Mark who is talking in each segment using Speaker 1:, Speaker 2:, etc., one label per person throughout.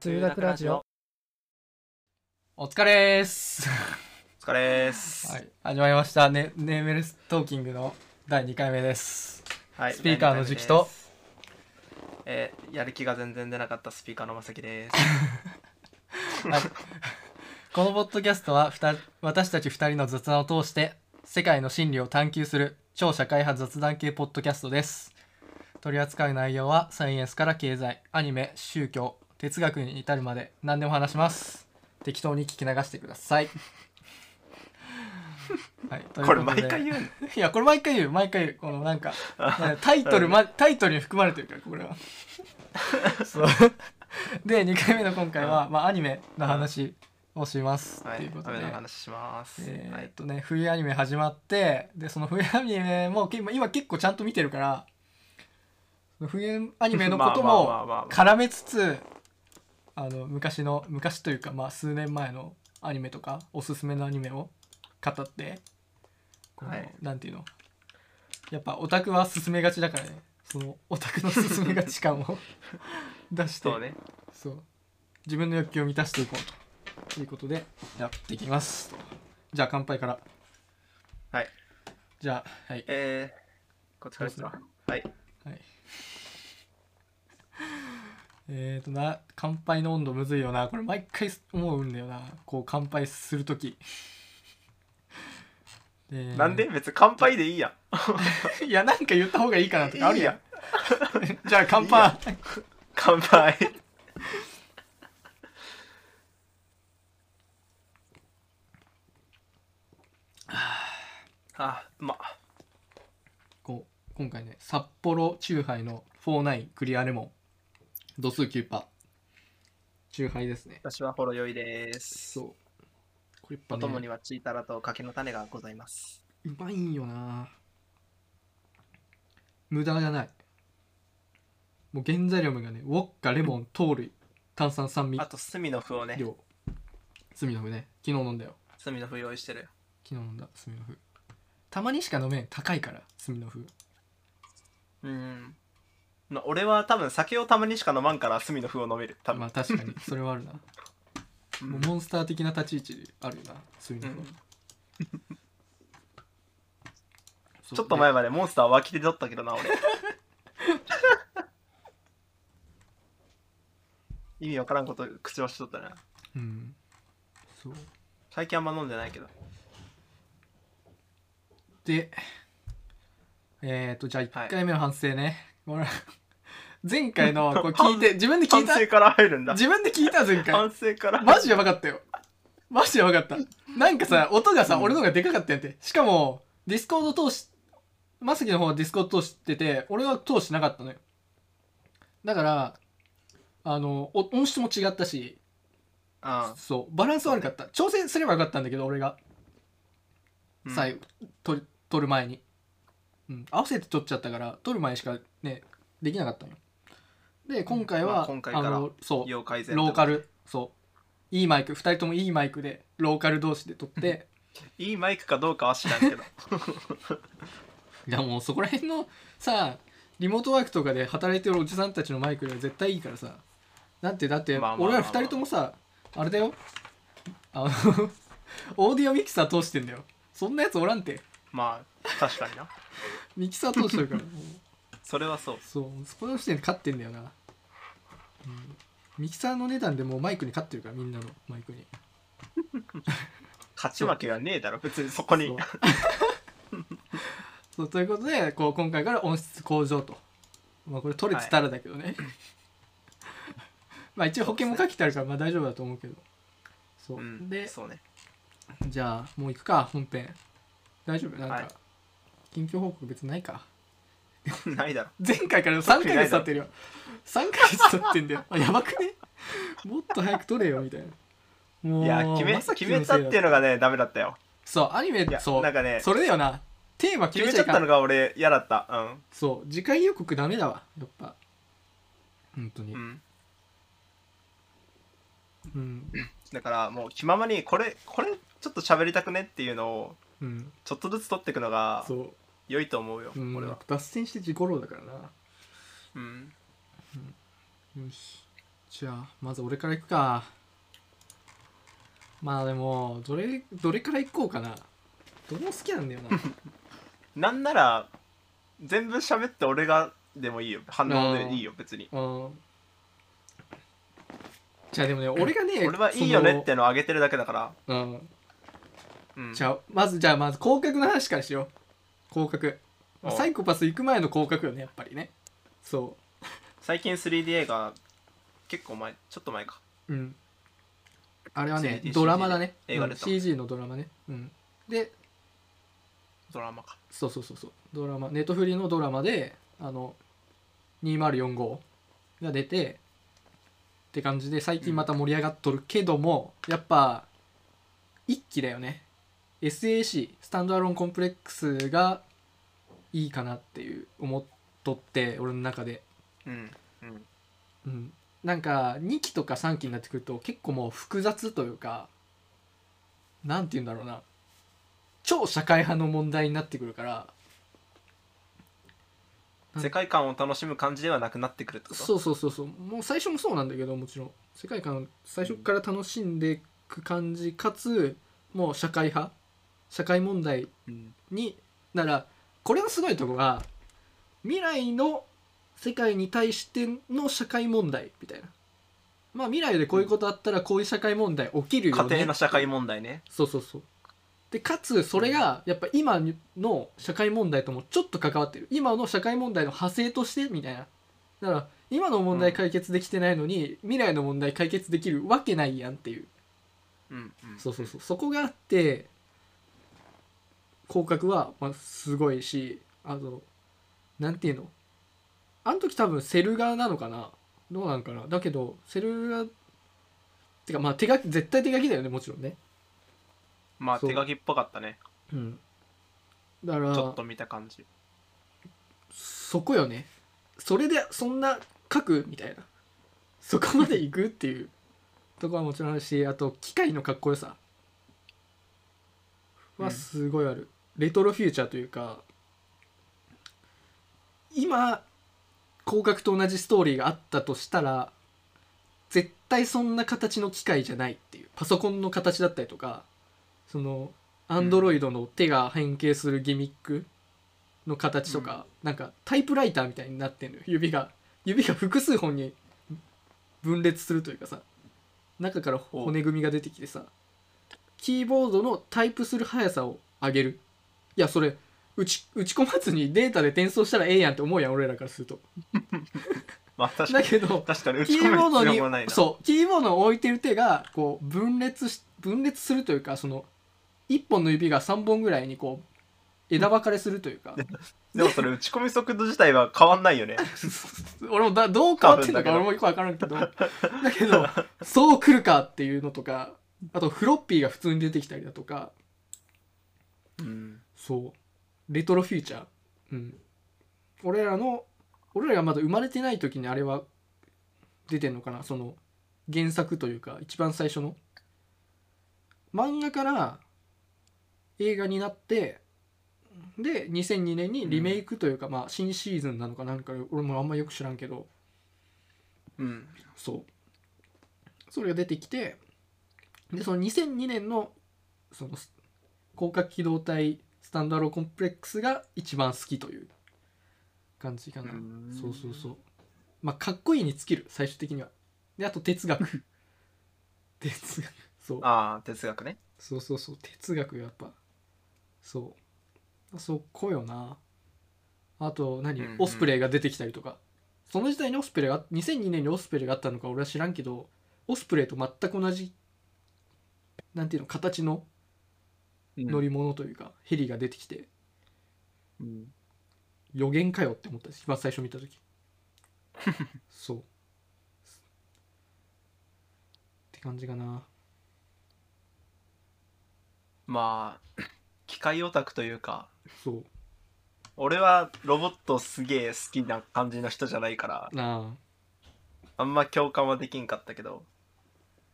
Speaker 1: つゆだくラジオ。
Speaker 2: お疲れーす。
Speaker 3: お疲れです。
Speaker 2: はい、始まりました。ね、ネームレストーキングの第2回目です。
Speaker 3: はい
Speaker 2: スピーカーの時期と。
Speaker 3: えーやる気が全然出なかったスピーカーのまさきです。
Speaker 2: このポッドキャストは、ふた私たち2人の雑談を通して、世界の真理を探求する超社会派雑談系ポッドキャストです。取り扱う内容は、サイエンスから経済、アニメ、宗教、哲学に至るまで何でも話します。適当に聞き流してくださ い。はい、という
Speaker 3: これ
Speaker 2: とで
Speaker 3: 毎回言うの。
Speaker 2: いや、これ毎回言う、毎回言う。このなん か、タイトル、ま、タイトルに含まれてるから、これは。そう。で、2回目の今回は、まあ、アニメの話をします。
Speaker 3: は
Speaker 2: とい、
Speaker 3: いう
Speaker 2: ことで
Speaker 3: 雨。の話します。
Speaker 2: え
Speaker 3: は
Speaker 2: ーっ
Speaker 3: い。
Speaker 2: とね、冬アニメ始まって、で、その冬アニメも、け今結構ちゃんと見てるから、冬アニメの こと
Speaker 3: まあまあまあまあ
Speaker 2: も絡めつつ、あの、昔の、昔というか、まあ、数年前のアニメとか、おすすめのアニメを語って、こう
Speaker 3: はい
Speaker 2: なんていうのやっぱオタクは進めがちだからねそのオタクの進めがち感を 出して
Speaker 3: そうね。
Speaker 2: そう自分の欲求を満たしていこうということでやっていきますじゃあ乾杯から
Speaker 3: はい。
Speaker 2: じゃあはい、
Speaker 3: えー、こっちからですか。はい。
Speaker 2: はい、 えーとな乾杯の温度むずいよなこれ毎回思うんだよなこう乾杯する時で
Speaker 3: なんで別に乾杯でいいやん。
Speaker 2: いや、なんか言った方がいいかなとかあるやん
Speaker 3: い。
Speaker 2: じゃあ乾杯。
Speaker 3: 乾杯。 あー、うまっ。
Speaker 2: こう今回ね、札幌チューハイの49クリアレモン。度数9%パー。チューハイですね。
Speaker 3: 私はほろ酔いです。
Speaker 2: そう。これやっぱ
Speaker 3: お供
Speaker 2: ね、
Speaker 3: にはチータラと柿の種がございます。
Speaker 2: うまいんよな無駄がない。もう原材料がね、ウォッカ、レモン、糖類、炭酸、酸味
Speaker 3: あ、と、隅の符をね、
Speaker 2: 量。罪のね、昨日飲んだよ。
Speaker 3: 隅の符用意してる。
Speaker 2: 昨日飲んだ、炭の風。たまにしか飲めん、高いから、炭の風。
Speaker 3: うん。まあ、俺は多分酒をたまにしか飲まんから隅の風を飲める。多分。
Speaker 2: まあ確かにそれはある な、
Speaker 3: うん
Speaker 2: もうモンスター的な立ち位置あるよなそういう
Speaker 3: う
Speaker 2: のは、
Speaker 3: ん
Speaker 2: そう
Speaker 3: ちょっと前までモンスター脇で取ったけどな、 俺。意味わからんこと口をしとったな。
Speaker 2: でうんそう
Speaker 3: 最近あんま飲んでないけど。
Speaker 2: でえっ、ー、とじゃあ1
Speaker 3: はい
Speaker 2: 回目の反省ね、これ 前回のこれ聞いて自分で聞
Speaker 3: 反
Speaker 2: いた
Speaker 3: 省から入るんだ。
Speaker 2: 自分で聞いた前回
Speaker 3: 反省から。
Speaker 2: マジやばかったよマジやばかったなんかさ音がさ、
Speaker 3: うん
Speaker 2: 俺の方がでかかったやんってしかもディスコード通しまさきの方はディスコード通してて俺は通してなかったのよだからあのお音質も違ったし
Speaker 3: あ
Speaker 2: そうバランス悪かった調整すればよかったんだけど俺が
Speaker 3: あ
Speaker 2: 最後、取取る前に、うん、合わせて取っちゃったから取る前しかねできなかったのよで今回は、
Speaker 3: まあ今回から
Speaker 2: のそう
Speaker 3: 要改善。
Speaker 2: ローカ。ルそういいマイク2人ともいいマイクでローカル同士で撮って
Speaker 3: いいマイクかどうかは知らんけど。
Speaker 2: いやもうそこら辺のさリモートワークとかで働いてるおじさんたちのマイクよりは絶対いいからさだってだって
Speaker 3: まあまあまあ
Speaker 2: 俺ら2人ともさあれだよあの オーディオミキサー通してんだよそんなやつおらんて
Speaker 3: まあ、確かにな。
Speaker 2: ミキサー通してるからもう
Speaker 3: それはそう。
Speaker 2: そうそこの時点で勝ってんだよな、うん、ミキサーの値段でもうマイクに勝ってるからみんなのマイクに
Speaker 3: 勝ち負けはねえだろ、別にそこ
Speaker 2: そ
Speaker 3: に
Speaker 2: う。そうということでこう今回から音質向上と、まあ、これ取れてたらだけどね、 まあ一応保険も書けてあるからまあ大丈夫だと思うけどそう、
Speaker 3: うん。
Speaker 2: で
Speaker 3: そうね。
Speaker 2: じゃあもう行くか本編大丈夫なんか、
Speaker 3: はい
Speaker 2: 近況報告別にないか
Speaker 3: ないだろ。
Speaker 2: 前回から3ヶ月経ってるよ3ヶ月経ってんだよあやばくねもっと早く取れよみたいなもう
Speaker 3: いや決め
Speaker 2: まさきの
Speaker 3: 決
Speaker 2: せい
Speaker 3: め
Speaker 2: だ
Speaker 3: たっていうのがねダメだったよ
Speaker 2: そうアニメ
Speaker 3: いや
Speaker 2: そう
Speaker 3: なんかね
Speaker 2: それだよなテーマ決め
Speaker 3: 決め
Speaker 2: ち
Speaker 3: ち
Speaker 2: ゃい
Speaker 3: ゃっ
Speaker 2: かん
Speaker 3: たのが俺嫌だった
Speaker 2: そう次回予告ダメだわやっぱ本当に
Speaker 3: う、
Speaker 2: うん、
Speaker 3: うんん、だからもう気ままにこれこれちょっと喋りたくねっていうのを
Speaker 2: うん、
Speaker 3: ちょっとずつ取っていくのが
Speaker 2: そ
Speaker 3: 良いと思うよ
Speaker 2: う、うん、
Speaker 3: 俺は
Speaker 2: 脱線して自己労だからな
Speaker 3: うん
Speaker 2: よしじゃあまず俺からいくかまあでもどれどれからいこうかなどれも好きなんだよな
Speaker 3: なんなら全部喋って俺がでもいいよ反応でいいよ別に
Speaker 2: うんじゃあでもね俺がね
Speaker 3: 俺はいいよねってのをあげてるだけだから、
Speaker 2: そのうん
Speaker 3: うん、
Speaker 2: じゃあまずじゃあまず広角の話からしよう広角
Speaker 3: お
Speaker 2: サイコパス行く前の広角よねやっぱりねそ
Speaker 3: 最近 3D 映画結構前ちょっと前か
Speaker 2: ううんあれはね
Speaker 3: 3D
Speaker 2: ドラマだね
Speaker 3: 映画
Speaker 2: うん
Speaker 3: 出た
Speaker 2: CG のドラマねうんで
Speaker 3: ドラマか
Speaker 2: そうそうそうそうドラマネットフリのドラマであの2045が出てって感じで最近また盛り上がっとるけども、やっぱ一期だよね SAC スタンドアローンコンプレックスがいいかなっていう思っとって俺の中で、
Speaker 3: うんうん
Speaker 2: うん、なんか2期とか3期になってくると結構もう複雑というかなんて言うんだろうな超社会派の問題になってくるからうん
Speaker 3: 世界観を楽しむ感じではなくなってくるってこと
Speaker 2: そうそうそうそうもう最初もそうなんだけどもちろん世界観を最初から楽しんでいく感じかつもう社会派社会問題
Speaker 3: うん
Speaker 2: にならこれのすごいとこが未来の世界に対しての社会問題みたいなまあ未来でこういうことあったらこういう社会問題起きるよ
Speaker 3: 家
Speaker 2: ね
Speaker 3: 庭の社会問題ね
Speaker 2: そうそうそうでかつそれがやっぱ今の社会問題ともちょっと関わってる今の社会問題の派生としてみたいなだから今の問題解決できてないのに、未来の問題解決できるわけないやんっていう
Speaker 3: うんうん
Speaker 2: そうそうそうそこがあって広角はまあすごいしあのなんていうのあの時多分セル画なのかなどうなんかなだけどセル画てかまあ手書き絶対手書きだよねもちろんね
Speaker 3: まあ
Speaker 2: そう
Speaker 3: 手書きっぽかったね
Speaker 2: うんだか
Speaker 3: ちょっ
Speaker 2: ら
Speaker 3: と見た感じ
Speaker 2: そこよねそれでそんな書くみたいなそこまで行くっていうとこはもちろんあるしあと機械のかっこよさ
Speaker 3: う
Speaker 2: は
Speaker 3: ん
Speaker 2: すごいある、レトロフューチャーというか今広角と同じストーリーがあったとしたら絶対そんな形の機械じゃないっていうパソコンの形だったりとかそのアンドロイドの手が変形するギミックの形とか、なんかタイプライターみたいになってんのよ指が指が複数本に分裂するというかさ中から骨組みが出てきてさキーボードのタイプする速さを上げるいやそれ打ち打ち込まずにデータで転送したらええやんって思うやん俺らからすると
Speaker 3: まあ確か
Speaker 2: だ
Speaker 3: に
Speaker 2: けど
Speaker 3: 確 かに打ち
Speaker 2: キ
Speaker 3: 込
Speaker 2: ーボー
Speaker 3: む必要も
Speaker 2: ド
Speaker 3: ない
Speaker 2: に
Speaker 3: な
Speaker 2: そうキーボードを置いてる手がこう分裂し分裂するというかその1本の指が3本ぐらいにこう枝分かれするというか
Speaker 3: でもそれ打ち込み速度自体は変わんない よね
Speaker 2: 俺もだどう変わってんのか
Speaker 3: 多分だけど
Speaker 2: 俺もよく分からんけどだけど そう来るかっていうのとかあとフロッピーが普通に出てきたりだとか
Speaker 3: うん
Speaker 2: そうレトロフューチャーうん俺らの俺らがまだ生まれてない時にあれは出てんのかなその原作というか一番最初の漫画から映画になってで2002年にリメイクというか、まあ新シーズンなのかなんか俺もあんまよく知らんけど
Speaker 3: うん
Speaker 2: そうそれが出てきてでその2002年のそのす広角機動隊スタンドアローコンプレックスが一番好きという感じかな
Speaker 3: うん
Speaker 2: そうそうそうまあかっこいいに尽きる最終的にはであと哲 学哲学そう
Speaker 3: ああ哲学ね
Speaker 2: そうそうそう哲学やっぱそうそこよなあと何、
Speaker 3: うんうん
Speaker 2: オスプレイが出てきたりとかその時代にオスプレイが2002年にオスプレイがあったのか俺は知らんけどオスプレイと全く同じなんていうの形の乗り物というか、ヘリが出てきて
Speaker 3: うん
Speaker 2: 予言かよって思ったし一番最初見た 時そうって感じかな
Speaker 3: まあ機械オタクというか
Speaker 2: そう
Speaker 3: 俺はロボットすげえ好きな感じの人じゃないから
Speaker 2: な
Speaker 3: あんま共感はできんかったけど、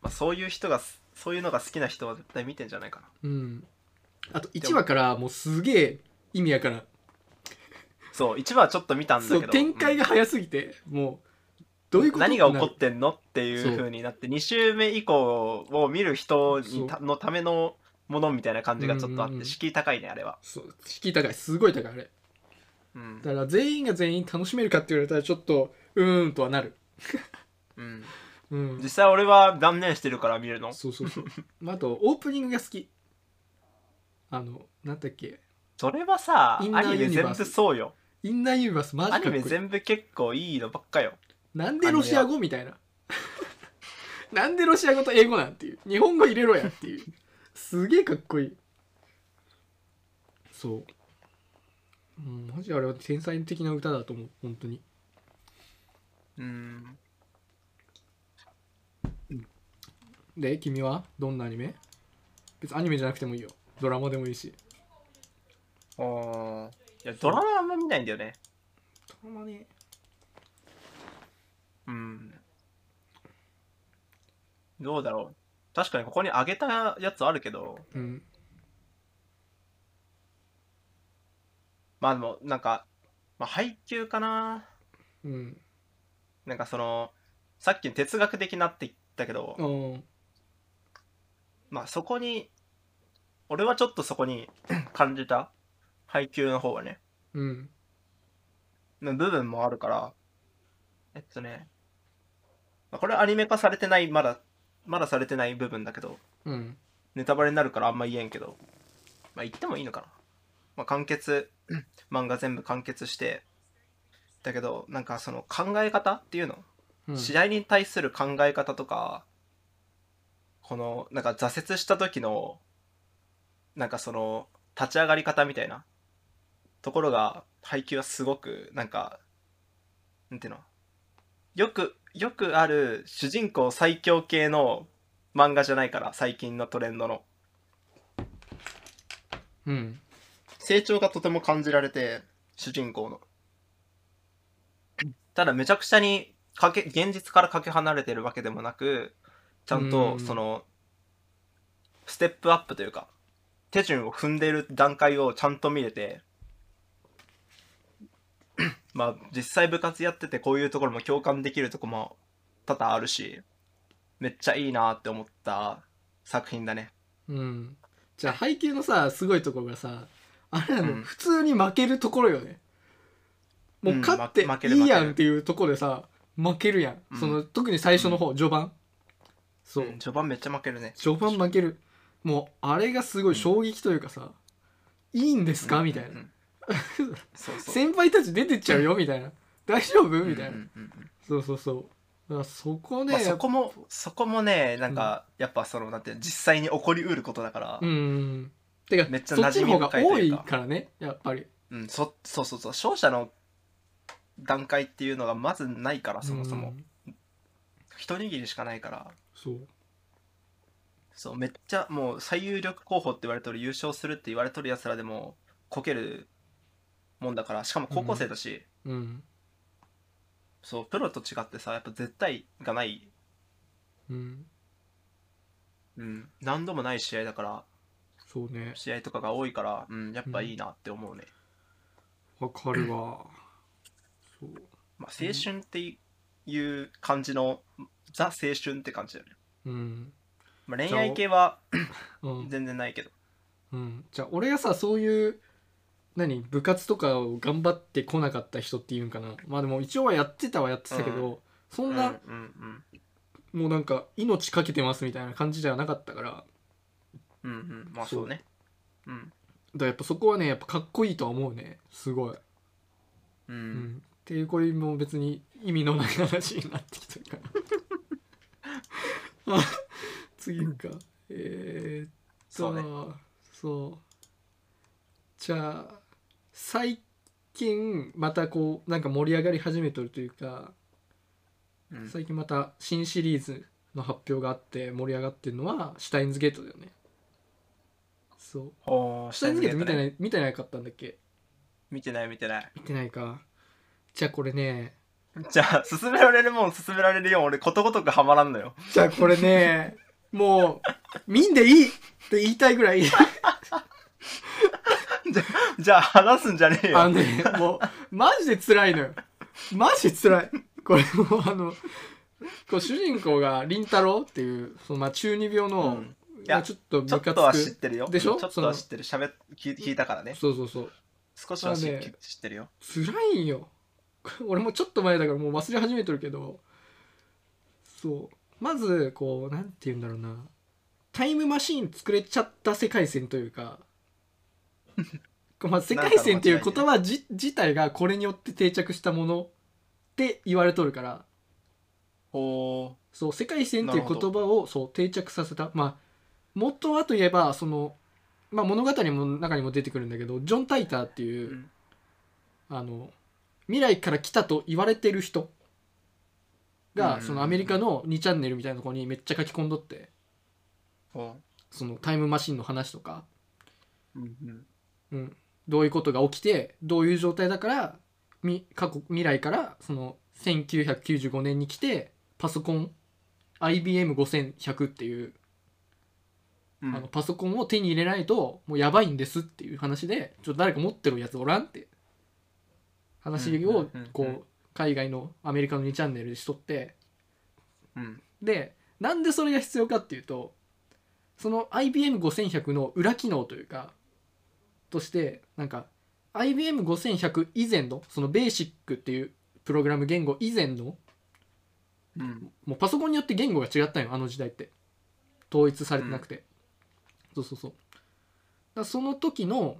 Speaker 3: まあ、そういう人がすそういうのが好きな人は絶対見てんじゃないかな
Speaker 2: あうんあと1話からもうすげえ意味やからん
Speaker 3: そう1話ちょっと見たんだ
Speaker 2: そ
Speaker 3: け
Speaker 2: う
Speaker 3: ど
Speaker 2: 展開
Speaker 3: うん
Speaker 2: が早すぎて、もうどういうこと
Speaker 3: 何が起こ
Speaker 2: て
Speaker 3: ってんのっていう
Speaker 2: そう
Speaker 3: 風になって2週目以降を見る人にた
Speaker 2: そ
Speaker 3: のためのものみたいな感じがちょっとあっ
Speaker 2: うんうんうん
Speaker 3: て敷居高いねあれは、
Speaker 2: そう敷居高いすごい高いあれ
Speaker 3: うん
Speaker 2: だから全員が全員楽しめるかって言われたらちょっとうーんとはなる
Speaker 3: うん、
Speaker 2: うん
Speaker 3: 実際俺は断念してるから見るの
Speaker 2: そうそう そう、まあ、あとオープニングが好きあのなんだっけ
Speaker 3: それはさ
Speaker 2: インナ
Speaker 3: ア
Speaker 2: ー
Speaker 3: ニ
Speaker 2: ユ
Speaker 3: メ
Speaker 2: ニバ
Speaker 3: 全
Speaker 2: ース
Speaker 3: 部そうよ
Speaker 2: インナーユニバースマジか
Speaker 3: ア
Speaker 2: っこ
Speaker 3: ニ
Speaker 2: いい
Speaker 3: メ全部結構いいのばっかよ
Speaker 2: なんでロシア語みたいな なんでロシア語と英語なんていう日本語入れろやっていうすげえかっこいいそう、うん、マジあれは天才的な歌だと思う本当に
Speaker 3: うん
Speaker 2: で君はどんなアニメ別にアニメじゃなくてもいいよドラマでもいいし
Speaker 3: あーいやドラマあんま見ないんだよね
Speaker 2: ドラマね
Speaker 3: うんどうだろう確かにここにあげたやつあるけど
Speaker 2: うん
Speaker 3: まあでもなんか、まあ、配給かな
Speaker 2: うん
Speaker 3: なんかそのさっき哲学的なって言ったけど、
Speaker 2: うん
Speaker 3: まあそこに俺はちょっとそこに 感じた配給の方はね
Speaker 2: うん
Speaker 3: の部分もあるからえっとねまあこれはアニメ化されてないまだまだされてない部分だけど
Speaker 2: うん
Speaker 3: ネタバレになるからあんま言えんけどまあ言ってもいいのかな、まあ、完結漫画全部完結してだけどなんかその考え方っていうの
Speaker 2: うん
Speaker 3: 試合に対する考え方とか、このなんか挫折した時のなんかその立ち上がり方みたいなところが配球はすごくなんかなんていうのよくよくある主人公最強系の漫画じゃないから最近のトレンドの
Speaker 2: うん
Speaker 3: 成長がとても感じられて主人公の ただめちゃくちゃにかけ現実からかけ離れてるわけでもなくちゃん
Speaker 2: う
Speaker 3: と
Speaker 2: ん
Speaker 3: そのステップアップというか手順を踏んでる段階をちゃんと見れて まあ実際部活やっててこういうところも共感できるとこも多々あるしめっちゃいいなって思った作品だね
Speaker 2: うんじゃあ配給のさすごいところがさあれなの、
Speaker 3: うん
Speaker 2: 普通に負けるところよねもう
Speaker 3: うん
Speaker 2: 勝って
Speaker 3: ま負ける
Speaker 2: いいや
Speaker 3: 負け
Speaker 2: ん
Speaker 3: る
Speaker 2: っていうところでさ負けるやん、
Speaker 3: うん
Speaker 2: その特に最初の方、序盤そう、
Speaker 3: うん序盤めっちゃ負けるね
Speaker 2: 序盤負けるもうあれがすごい衝撃というかさ、いいんですかみたいな、
Speaker 3: うんうんうんそ うそう
Speaker 2: 先輩たち出てっちゃうよみたいな大丈夫みたいな、
Speaker 3: うんうんうんうん
Speaker 2: そうそうそうだからそこね、
Speaker 3: まあ、そこもそこもねなんか、やっぱそのなんていうの実際に起こりうることだから、
Speaker 2: うんうんてか
Speaker 3: めっちゃ
Speaker 2: そっ
Speaker 3: 馴
Speaker 2: ちの
Speaker 3: 染み
Speaker 2: 方が
Speaker 3: 深い
Speaker 2: 多
Speaker 3: とい
Speaker 2: いう
Speaker 3: か
Speaker 2: からねやっぱり
Speaker 3: うんそそうそうそう勝者の段階っていうのがまずないからそもそ
Speaker 2: う
Speaker 3: も、
Speaker 2: ん
Speaker 3: 一握りしかないから
Speaker 2: そう
Speaker 3: そうめっちゃもう最有力候補って言われてる優勝するって言われてるやつらでもこけるもんだからしかも高校生だし、
Speaker 2: うん
Speaker 3: そうプロと違ってさやっぱ絶対がない、
Speaker 2: うん
Speaker 3: うん、何度もない試合だから
Speaker 2: そうね
Speaker 3: 試合とかが多いから、うん、やっぱいいなって思うね、
Speaker 2: わかるわそう
Speaker 3: まあ、青春っていう感じの、ザ青春って感じだよね、
Speaker 2: うん
Speaker 3: まあ、恋愛系は
Speaker 2: うん、
Speaker 3: 全然ないけど
Speaker 2: うん、じゃあ俺がさそういう何部活とかを頑張ってこなかった人っていうんかなまあでも一応はやってたはやってたけど、そ
Speaker 3: うんんうんう
Speaker 2: な、
Speaker 3: ん
Speaker 2: もうなんか命かけてますみたいな感じではなかったからだか
Speaker 3: うんうんまあそうねうん
Speaker 2: らやっぱそこはねやっぱかっこいいとは思うねすごい、
Speaker 3: う
Speaker 2: うん
Speaker 3: ん、
Speaker 2: っていうこれも別に意味のない話になってきてるからあ次行くかえー、っ
Speaker 3: そ
Speaker 2: と
Speaker 3: うね
Speaker 2: そうじゃあ最近またこうなんか盛り上がり始めとるというか、
Speaker 3: うん
Speaker 2: 最近また新シリーズの発表があって盛り上がってるのはシュタインズゲートだよねそう
Speaker 3: ほー
Speaker 2: シュタインズゲート見
Speaker 3: 下
Speaker 2: て
Speaker 3: に
Speaker 2: な
Speaker 3: ね
Speaker 2: い、見てなかったんだっけ
Speaker 3: 見てない見てない
Speaker 2: 見てないかじゃあこれね
Speaker 3: じゃあ勧められるもん勧められるよう俺ことごとくハマらんのよ
Speaker 2: じゃあこれね もう見んでいいって言いたいぐらい
Speaker 3: じゃあ話すんじゃねえ
Speaker 2: あの
Speaker 3: よ
Speaker 2: ねもうマジで辛いのよマジで辛いこれもあのこう主人公が凛太郎っていうそのまあ中二病
Speaker 3: う
Speaker 2: の、
Speaker 3: んいや
Speaker 2: ちょっと
Speaker 3: ちょ
Speaker 2: 部
Speaker 3: っとは知っ
Speaker 2: 活
Speaker 3: てるよ
Speaker 2: でしょ
Speaker 3: ちょっとは知ってる喋っ聞聞いたからね
Speaker 2: そうそうそう
Speaker 3: 少しは知,、
Speaker 2: だからね
Speaker 3: 知ってるよ
Speaker 2: 辛いんよ 俺もちょっと前だからもう忘れ始めてるけどそうまずこうなんて言うんだろうなタイムマシーン作れちゃった世界線というかまあ世界線っていう言葉じ自体がこれによって定着したものって言われとるから
Speaker 3: ほ
Speaker 2: そう世界線っていう
Speaker 3: なるほ
Speaker 2: 言葉をそう定着させたまあ元はといえばその、まあ、物語の中にも出てくるんだけどジョン・タイターっていう、
Speaker 3: うん
Speaker 2: あの未来から来たと言われてる人が、
Speaker 3: うん
Speaker 2: そのアメリカの2チャンネルみたいなとこにめっちゃ書き込んどって
Speaker 3: うほ
Speaker 2: そのタイムマシンの話とか、
Speaker 3: う、うんう
Speaker 2: う
Speaker 3: ん、
Speaker 2: ん、どういうことが起きてどういう状態だからみ過去未来からその1995年に来てパソコン IBM5100 っていう
Speaker 3: うん
Speaker 2: あのパソコンを手に入れないともうやばいんですっていう話でちょっと誰か持ってるやつおらんって話を
Speaker 3: うんうんうんうん
Speaker 2: こう海外のアメリカの2チャンネルでしとって
Speaker 3: うん
Speaker 2: でなんでそれが必要かっていうとその IBM5100 の裏機能というかとしてなんか IBM5100 以前のそのベーシックっていうプログラム言語以前の
Speaker 3: うん
Speaker 2: もうパソコンによって言語が違ったんよあの時代って統一されてなくて、そうそうそうだからその時の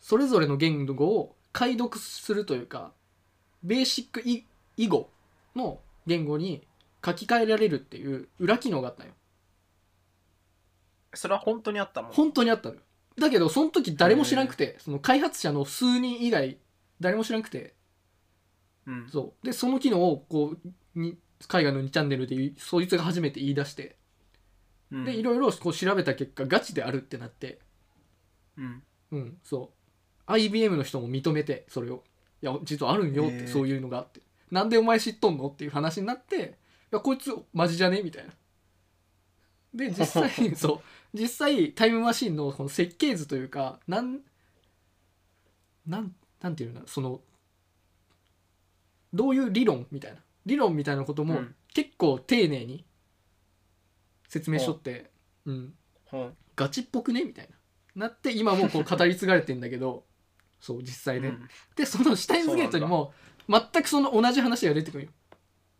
Speaker 2: それぞれの言語を解読するというかベーシック以以後の言語に書き換えられるっていう裏機能があったんよ
Speaker 3: それは本当にあったもん
Speaker 2: 本当にあったのよだけどその時誰も知らなくてその開発者の数人以外誰も知らなくて
Speaker 3: うん
Speaker 2: そうでその機能をこうに海外の2チャンネルでいそいつが初めて言い出して
Speaker 3: うん
Speaker 2: でいろいろこう調べた結果ガチであるってなって
Speaker 3: うん
Speaker 2: うんそう IBM の人も認めてそれをいや実はあるんよって、
Speaker 3: へえ
Speaker 2: そういうのがあってなんでお前知っとんのっていう話になっていやこいつマジじゃねみたいなで実際 そう実際タイムマシンのこの設計図というかなんなんなんていうのかなそのどういう理論みたいな理論みたいなことも
Speaker 3: うん
Speaker 2: 結構丁寧に説明しとって、うん、
Speaker 3: ほう
Speaker 2: ガチっぽくねみたいななって今もうこう語り継がれてんだけ どそう実際ね、
Speaker 3: うん
Speaker 2: でそのシュタインズゲートにも全くその同じ話が出てくるよ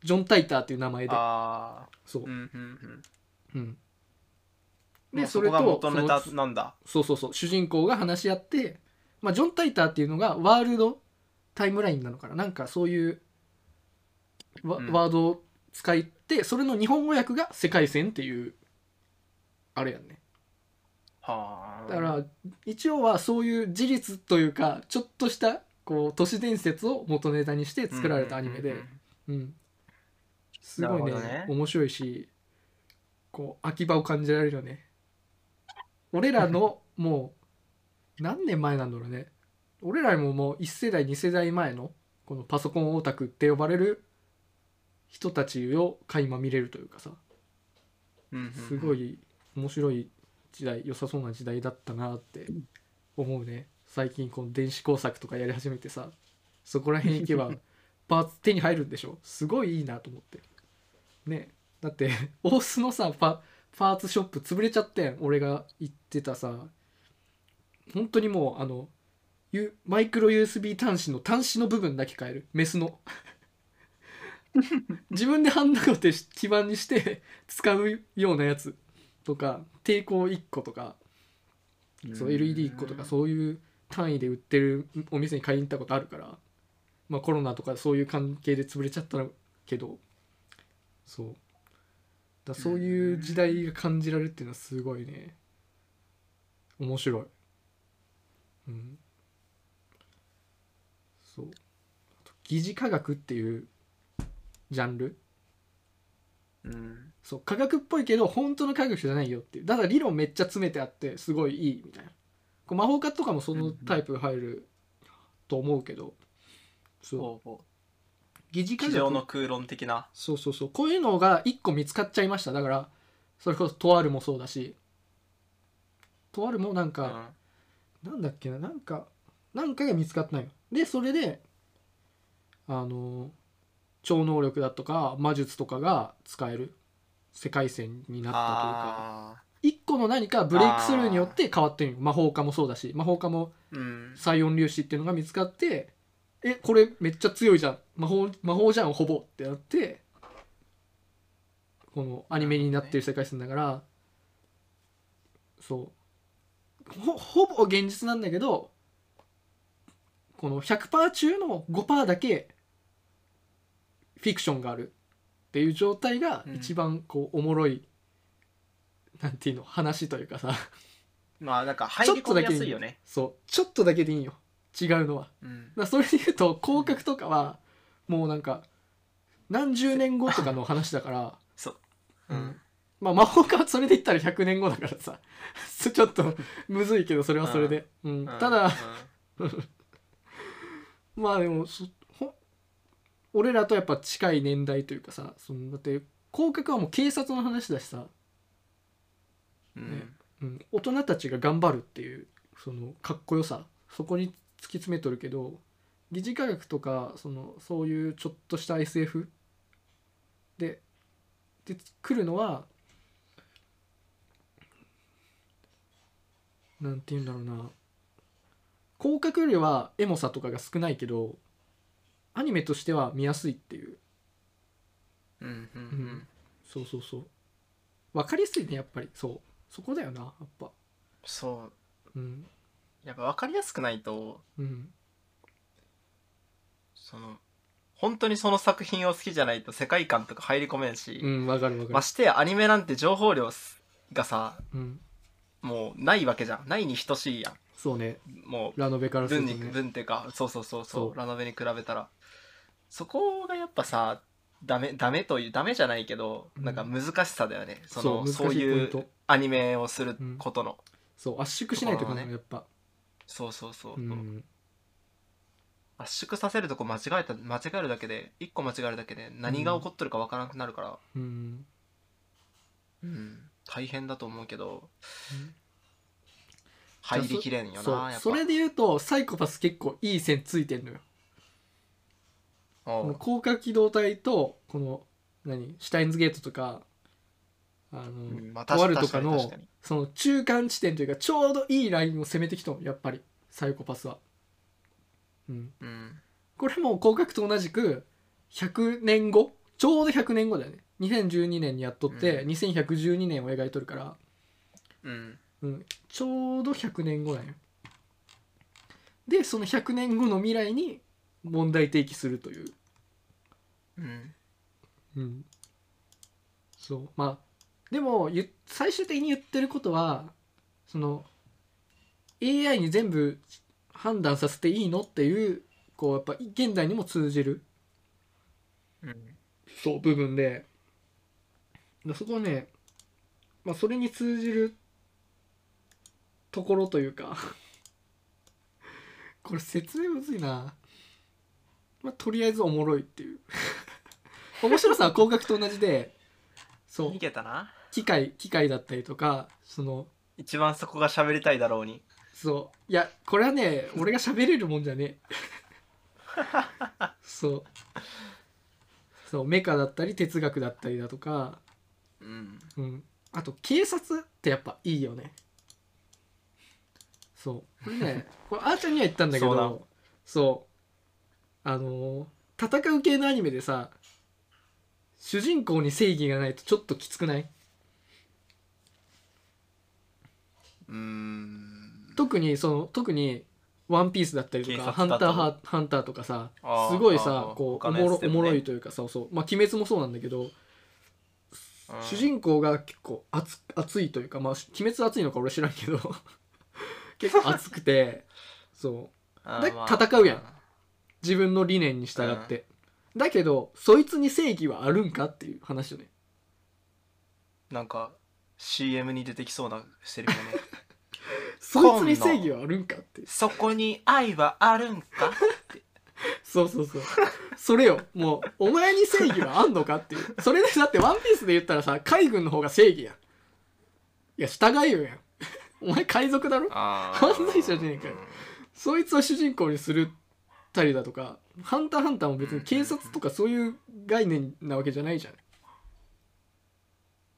Speaker 2: ジョン・タイターっていう名前で
Speaker 3: ああ
Speaker 2: そう
Speaker 3: う、んうんうん
Speaker 2: うん、
Speaker 3: も
Speaker 2: で
Speaker 3: うそ
Speaker 2: そ
Speaker 3: こ
Speaker 2: れ
Speaker 3: が
Speaker 2: と
Speaker 3: 元ネタなんだ
Speaker 2: そうそうそう主人公が話し合って、まあ、ジョン・タイターっていうのがワールドタイムラインなのかななんかそういうワ,、
Speaker 3: うん
Speaker 2: ワードを使ってそれの日本語訳が世界線っていうあれやんね
Speaker 3: はあ
Speaker 2: だから一応はそういう事実というかちょっとしたこう都市伝説を元ネタにして作られたアニメで
Speaker 3: うんうんうんうん
Speaker 2: うんすごいね
Speaker 3: なるほどね
Speaker 2: 面白いしこう秋葉を感じられるよね俺らのもう何年前なんだろうね俺らよりももう1世代2世代前のこのパソコンオタクって呼ばれる人たちを垣間見れるというかさ
Speaker 3: うんうん
Speaker 2: すごい面白い時代良さそうな時代だったなって思うね最近この電子工作とかやり始めてさそこら辺行けばパーツ手に入るんでしょすごいいいなと思ってねだって 大須のさパパーツショップ潰れちゃってん俺が行ってたさ本当にもうあのゆマイクロ USB 端子の端子の部分だけ変えるメスの自分でハンダコテ基板にして使うようなやつとか抵抗1個とかそう LED1 個とかそういう単位で売ってるお店に買いに行ったことあるから、まあ、コロナとかそういう関係で潰れちゃったけどそうだそういう時代が感じられるっていうのはすごいね面白いうんそうあと疑似科学っていうジャンル
Speaker 3: うん
Speaker 2: そう科学っぽいけど本当の科学じゃないよっていうだから理論めっちゃ詰めてあってすごいいいみたいなこう魔法科とかもそのタイプ入ると思うけどそう
Speaker 3: ほうほう
Speaker 2: 疑似科
Speaker 3: 机上の
Speaker 2: 学
Speaker 3: 空論的な
Speaker 2: そうそうそうこういうのが1個見つかっちゃいましただからそれこそとあるもそうだしとあるもなん
Speaker 3: う
Speaker 2: か、
Speaker 3: ん
Speaker 2: なんだっけななんかなんかが見つかったのよでそれであの超能力だとか魔術とかが使える世界線になったというか
Speaker 3: あ
Speaker 2: 一個の何かブレイクスルーによって変わってるよ魔法科もそうだし魔法科も
Speaker 3: ーうん
Speaker 2: サイオン粒子っていうのが見つかってえこれめっちゃ強いじゃん魔法魔法じゃんほぼってなってこのアニメになってる世界線だからそうほほぼ現実なんだけどこの100%中の5%だけフィクションがあるっていう状態が
Speaker 3: うん
Speaker 2: 一番こうおもろい、なんていうの話というかさ
Speaker 3: まあなんか入り込みやすいよね
Speaker 2: そうちょっとだけでいいよ違うのは。
Speaker 3: うん
Speaker 2: まあ、それで言うと広角とかはもうなんか何十年後とかの話だから、う
Speaker 3: う
Speaker 2: ん
Speaker 3: ん
Speaker 2: まあ、魔法科はそれで言ったら100年後だからさちょっとむずいけどそれはそれで、うん
Speaker 3: うん
Speaker 2: ただまあでもそほ俺らとやっぱ近い年代というかさそのだって広角はもう警察の話だしさ、
Speaker 3: うん
Speaker 2: ねうん、大人たちが頑張るっていうそのかっこよさそこに突き詰めとるけど疑似科学とかそのそういうちょっとした SF でで来るのはなんて言うんだろうな広角よりはエモさとかが少ないけどアニメとしては見やすいっていう
Speaker 3: うんうんう
Speaker 2: うんんそうそうそう分かりやすいねやっぱりそうそこだよなやっぱ
Speaker 3: そう
Speaker 2: うん
Speaker 3: やっぱ分かりやすくないと
Speaker 2: うん
Speaker 3: その本当にその作品を好きじゃないと世界観とか入り込めんし、
Speaker 2: うんわかるわか
Speaker 3: ま
Speaker 2: る、
Speaker 3: してやアニメなんて情報量がさ
Speaker 2: うん、
Speaker 3: もうないわけじゃんないに等しいや
Speaker 2: そうね
Speaker 3: んも
Speaker 2: ラノベか
Speaker 3: う
Speaker 2: らする
Speaker 3: 文
Speaker 2: と
Speaker 3: に
Speaker 2: ね
Speaker 3: 文っていうかそうそうそうそ
Speaker 2: そ
Speaker 3: う
Speaker 2: う
Speaker 3: ラノベに比べたらそこがやっぱさダメダメというダメじゃないけど、
Speaker 2: うん
Speaker 3: なんか難しさだよねそ
Speaker 2: そう
Speaker 3: の
Speaker 2: 難しい
Speaker 3: そう
Speaker 2: ポイ
Speaker 3: い
Speaker 2: ント
Speaker 3: うアニメをすることの、
Speaker 2: そう圧縮しないとかね
Speaker 3: ところはね
Speaker 2: やっぱ
Speaker 3: そうそうそ
Speaker 2: う
Speaker 3: う、
Speaker 2: ん
Speaker 3: 圧縮させるとこ間違えた間違えるだけで一個間違えるだけで何が起こっとるかわからなくなるから、
Speaker 2: うん
Speaker 3: うん大変だと思うけど入りきれんよ
Speaker 2: そ
Speaker 3: な
Speaker 2: う
Speaker 3: やっぱ
Speaker 2: それで言うとサイコパス結構いい線ついてんのよ
Speaker 3: おう
Speaker 2: 高架機動隊とこの何シュタインズゲートとかあの、
Speaker 3: うんまあ
Speaker 2: とあると
Speaker 3: 確
Speaker 2: か
Speaker 3: かに確
Speaker 2: の
Speaker 3: かに
Speaker 2: その中間地点というかちょうどいいラインを攻めてきたのやっぱりサイコパスは、うん、
Speaker 3: うん
Speaker 2: これも広角と同じく100年後ちょうど100年後だよね2012年にやっとって、
Speaker 3: う
Speaker 2: 2112年を描いとるから
Speaker 3: うん
Speaker 2: うん、ちょうど100年後なんよでその100年後の未来に問題提起するという、
Speaker 3: うん
Speaker 2: うん、そうまあでも言っ最終的に言ってることはその AI に全部判断させていいのっていうこうやっぱ現代にも通じる
Speaker 3: うん
Speaker 2: そう部分ででそこはね、まあ、それに通じるところというか これ説明むずいな、まあ、とりあえずおもろいっていう 面白さは広角と同じでそう
Speaker 3: 逃げたな
Speaker 2: 機械機械だったりとかその
Speaker 3: 一番そこが喋りたいだろうに
Speaker 2: そういやこれはね俺が喋れるもんじゃねえそうそうメカだったり哲学だったりだとか
Speaker 3: うん
Speaker 2: うん、あと警察ってやっぱいいよねそうこれねこれあーちゃんには言ったんだけど
Speaker 3: そうな
Speaker 2: そう
Speaker 3: の
Speaker 2: あのー戦う系のアニメでさ主人公に正義がないとちょっときつくない
Speaker 3: うん
Speaker 2: 特にその特に「ワンピースだったりと
Speaker 3: 警
Speaker 2: か「
Speaker 3: 察
Speaker 2: ハンター
Speaker 3: だと
Speaker 2: ハハンター」とかさ
Speaker 3: あー
Speaker 2: すごい
Speaker 3: あ
Speaker 2: さ
Speaker 3: ー
Speaker 2: こう
Speaker 3: 他
Speaker 2: お
Speaker 3: のや
Speaker 2: もろ
Speaker 3: つで
Speaker 2: お
Speaker 3: もね
Speaker 2: もろいというかさそうまあ「鬼滅」もそうなんだけど主人公が結構熱熱いというかまあ「鬼滅」熱いのか俺知らんけど 結構熱くてそう
Speaker 3: 公
Speaker 2: で戦うやん自分の理念に従って、だけどそいつに正義はあるんかっていう話よね
Speaker 3: なんか CM に出てきそうなセリフだね
Speaker 2: そいつに正義はあるんかっていう
Speaker 3: そこに愛はある んか
Speaker 2: そうそうそうそれよもうお前に正義はあんのかっていうそれでだって「ワンピースで言ったらさ海軍の方が正義やんいや従えよやんお前海賊だろ
Speaker 3: あ
Speaker 2: ー犯罪者じゃねえかよそいつを主人公にするたりだとか「ハンターハンター」も別に警察とかそういう概念なわけじゃないじゃん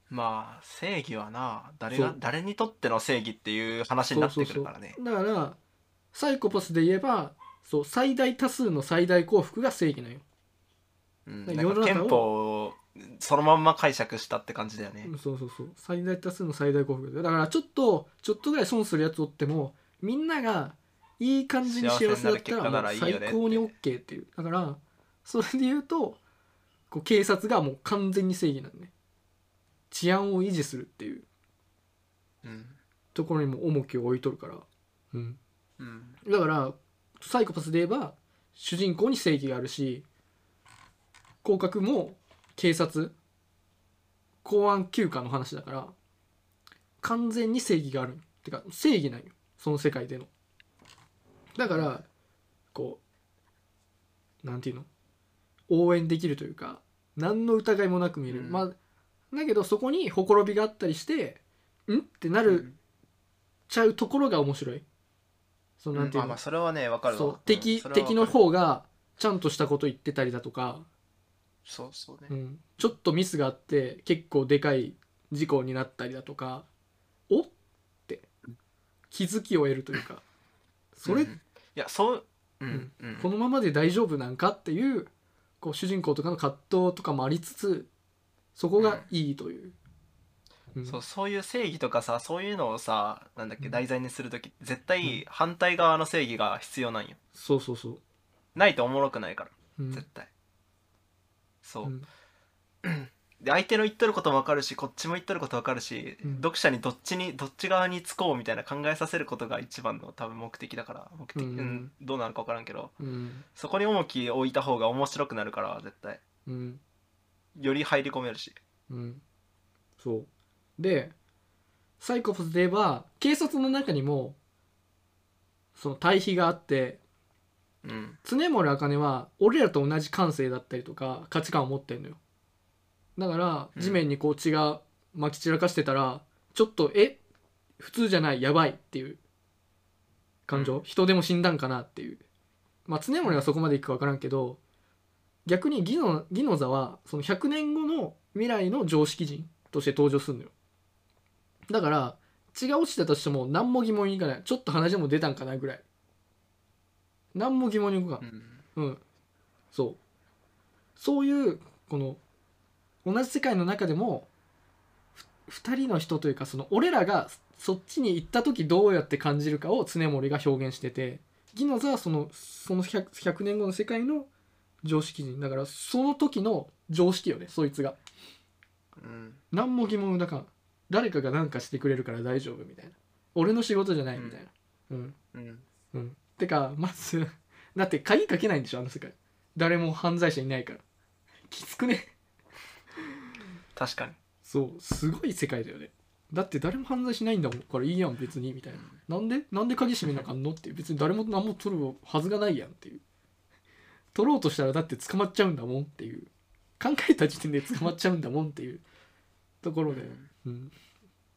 Speaker 3: まあ正義はな誰
Speaker 2: そ
Speaker 3: が
Speaker 2: う
Speaker 3: 誰にとっての正義っていう話になってくるからね
Speaker 2: そうそうそうだからサイコパスで言えばそう最大多数の最大幸福が正義なんよ、
Speaker 3: うん
Speaker 2: だ
Speaker 3: なん
Speaker 2: から
Speaker 3: か
Speaker 2: 世の中を
Speaker 3: 憲法をそのまんま解釈したって感じだよね、
Speaker 2: そうそうそう最大多数の最大幸福だからちょっとちょっとぐらい損するやつおってもみんながいい感じに幸せだったらもう
Speaker 3: 幸せになる結果ならいいよ
Speaker 2: 最
Speaker 3: ねって
Speaker 2: 高に OK っていうだからそれで言うとこう警察がもう完全に正義なんね治安を維持するっていう
Speaker 3: うん
Speaker 2: ところにも重きを置いとるから、うん、
Speaker 3: うん
Speaker 2: だからサイコパスで言えば主人公に正義があるし降格も警察公安休暇の話だから完全に正義があるてか正義なんよその世界でのだからこうなんていうの応援できるというか何の疑いもなく見える、
Speaker 3: うん
Speaker 2: まあだけどそこにほころびがあったりしてんってなるちゃうところが面白いそのなんていう
Speaker 3: あ
Speaker 2: の、
Speaker 3: まあそれはねわかるわ
Speaker 2: そううん敵
Speaker 3: それはわかる
Speaker 2: 敵の方がちゃんとしたこと言ってたりだとか、
Speaker 3: そうそうね、
Speaker 2: うん、ちょっとミスがあって結構でかい事故になったりだとかおって気づきを得るというかそれ、
Speaker 3: うんいやそううんんうん
Speaker 2: このままで大丈夫なんかっていうこう主人公とかの葛藤とかもありつつそこがいいという、うん
Speaker 3: そうそういう正義とかさそういうのをさなんだっ
Speaker 2: う
Speaker 3: け
Speaker 2: ん
Speaker 3: 題材にする時絶
Speaker 2: うん
Speaker 3: 対反対側の正義が必要なんよ
Speaker 2: そうそうそう
Speaker 3: ないとおもろくないから
Speaker 2: うん
Speaker 3: 絶対そううんで相手の言っとることも分かるしこっちも言っとること分かるし、
Speaker 2: うん
Speaker 3: 読者にどっちにどっち側につこうみたいな考えさせることが一番の多分目的だから目的、
Speaker 2: う
Speaker 3: うんんどうなるか分からんけど
Speaker 2: うん
Speaker 3: そこに重きを置いた方が面白くなるから絶対
Speaker 2: うん
Speaker 3: より入り込めるし
Speaker 2: うん、そうでサイコパスで言えば警察の中にもその対比があって
Speaker 3: うん
Speaker 2: 常森茜は俺らと同じ感性だったりとか価値観を持ってんのよだから
Speaker 3: うん
Speaker 2: 地面にこう血がまき散らかしてたらちょっとえ普通じゃないやばいっていう感情、
Speaker 3: う
Speaker 2: 人でも死んだんかなっていうまあ常森はそこまでいくか分からんけど逆にギノギノザはその100年後の未来の常識人として登場するのよだから血が落ちたとしても何も疑問にいかないちょっと話でも出たんかなぐらい何も疑問に動かん
Speaker 3: うん
Speaker 2: うん、そうそういうこの同じ世界の中でも2人の人というかその俺らがそっちに行った時どうやって感じるかを常森が表現しててギノザはそのその 100, 100年後の世界の常識人だからその時の常識よねそいつが
Speaker 3: うん
Speaker 2: 何も疑問なかん誰かが何かしてくれるから大丈夫みたいな俺の仕事じゃないみたいなうん
Speaker 3: うん
Speaker 2: うん、てかまず だって鍵かけないんでしょあの世界誰も犯罪者いないからきつくね
Speaker 3: 確かに
Speaker 2: そうすごい世界だよねだって誰も犯罪しないんだもんからいいやん別にみたいななんでなんで鍵閉めなあかんのって別に誰も何も取るはずがないやんっていう取ろうとしたらだって捕まっちゃうんだもんっていう考えた時点で捕まっちゃうんだもんっていうところで、うん、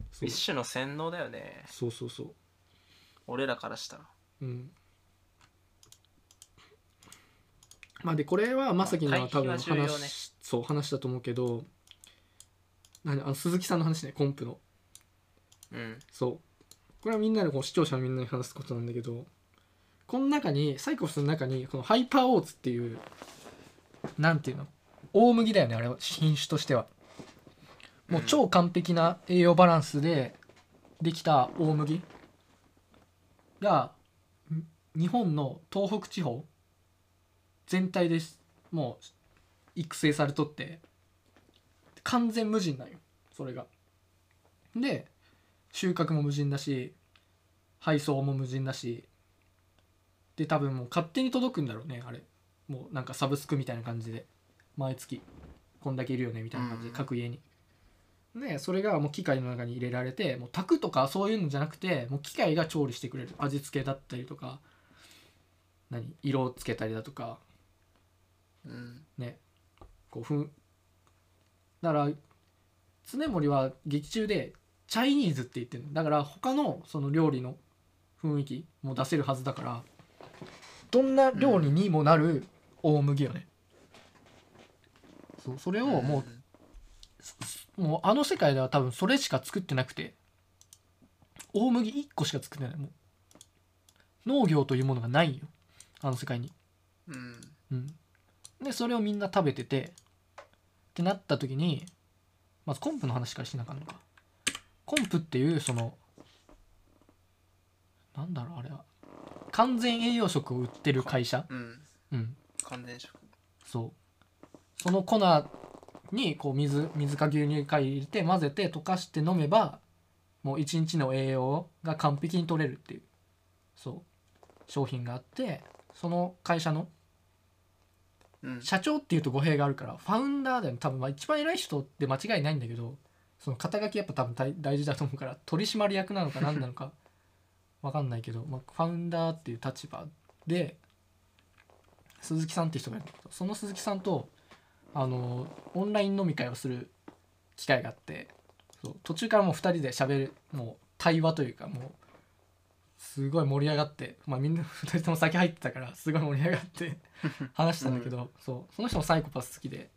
Speaker 2: そう
Speaker 3: 一種の洗脳だよね
Speaker 2: そうそうそう
Speaker 3: 俺らからしたら
Speaker 2: うんまあでこれはまさきのは多分
Speaker 3: まあ
Speaker 2: 話,、
Speaker 3: 対比は重要ね
Speaker 2: そう話だと思うけど何あの鈴木さんの話ねコンプの
Speaker 3: うん
Speaker 2: そうこれはみんなでこう視聴者みんなに話すことなんだけどこの中にサイコパスの中にこのハイパーオーツっていうなんていうの大麦だよねあれは品種としてはもう超完璧な栄養バランスでできた大麦がん日本の東北地方全体でしもう育成されとって完全無人なんよそれが。で収穫も無人だし配送も無人だしで多分もう勝手に届くんだろうねあれもうなんかサブスクみたいな感じで毎月こんだけいるよねみたいな感じで
Speaker 3: うん
Speaker 2: 各家に。ねそれがもう機械の中に入れられてもう炊くとかそういうのじゃなくてもう機械が調理してくれる味付けだったりとか何色をつけたりだとか
Speaker 3: うん
Speaker 2: ねこうふんだから常森は劇中でチャイニーズって言ってるだから他のその料理の雰囲気も出せるはずだからどんな料理にもなる大麦よね、そうそれをもう,、
Speaker 3: うん
Speaker 2: もうあの世界では多分それしか作ってなくて大麦1個しか作ってないもう農業というものがないよあの世界に
Speaker 3: うん
Speaker 2: うん、でそれをみんな食べててってなった時にまずコンプの話からしてなかったのかコンプっていうそのなんだろうあれは完全栄養食を売ってる会社、
Speaker 3: うん
Speaker 2: うん、
Speaker 3: 完全食
Speaker 2: そうその粉にこう水水か牛乳か入れて混ぜて溶かして飲めばもう一日の栄養が完璧に取れるっていうそう商品があってその会社の
Speaker 3: うん
Speaker 2: 社長っていうと語弊があるからファウンダーだよね多分まあ一番偉い人って間違いないんだけどその肩書きやっぱ多分大大事だと思うから取締役なのか何なのか わかんないけど、まあ、ファウンダーっていう立場で鈴木さんって人がいるんだけどその鈴木さんとあのオンライン飲み会をする機会があってそう途中からもう2人で喋るもう対話というかもうすごい盛り上がって、まあ、みんな2人とも先入ってたからすごい盛り上が って。話したんだけど、そうその人もサイコパス好きで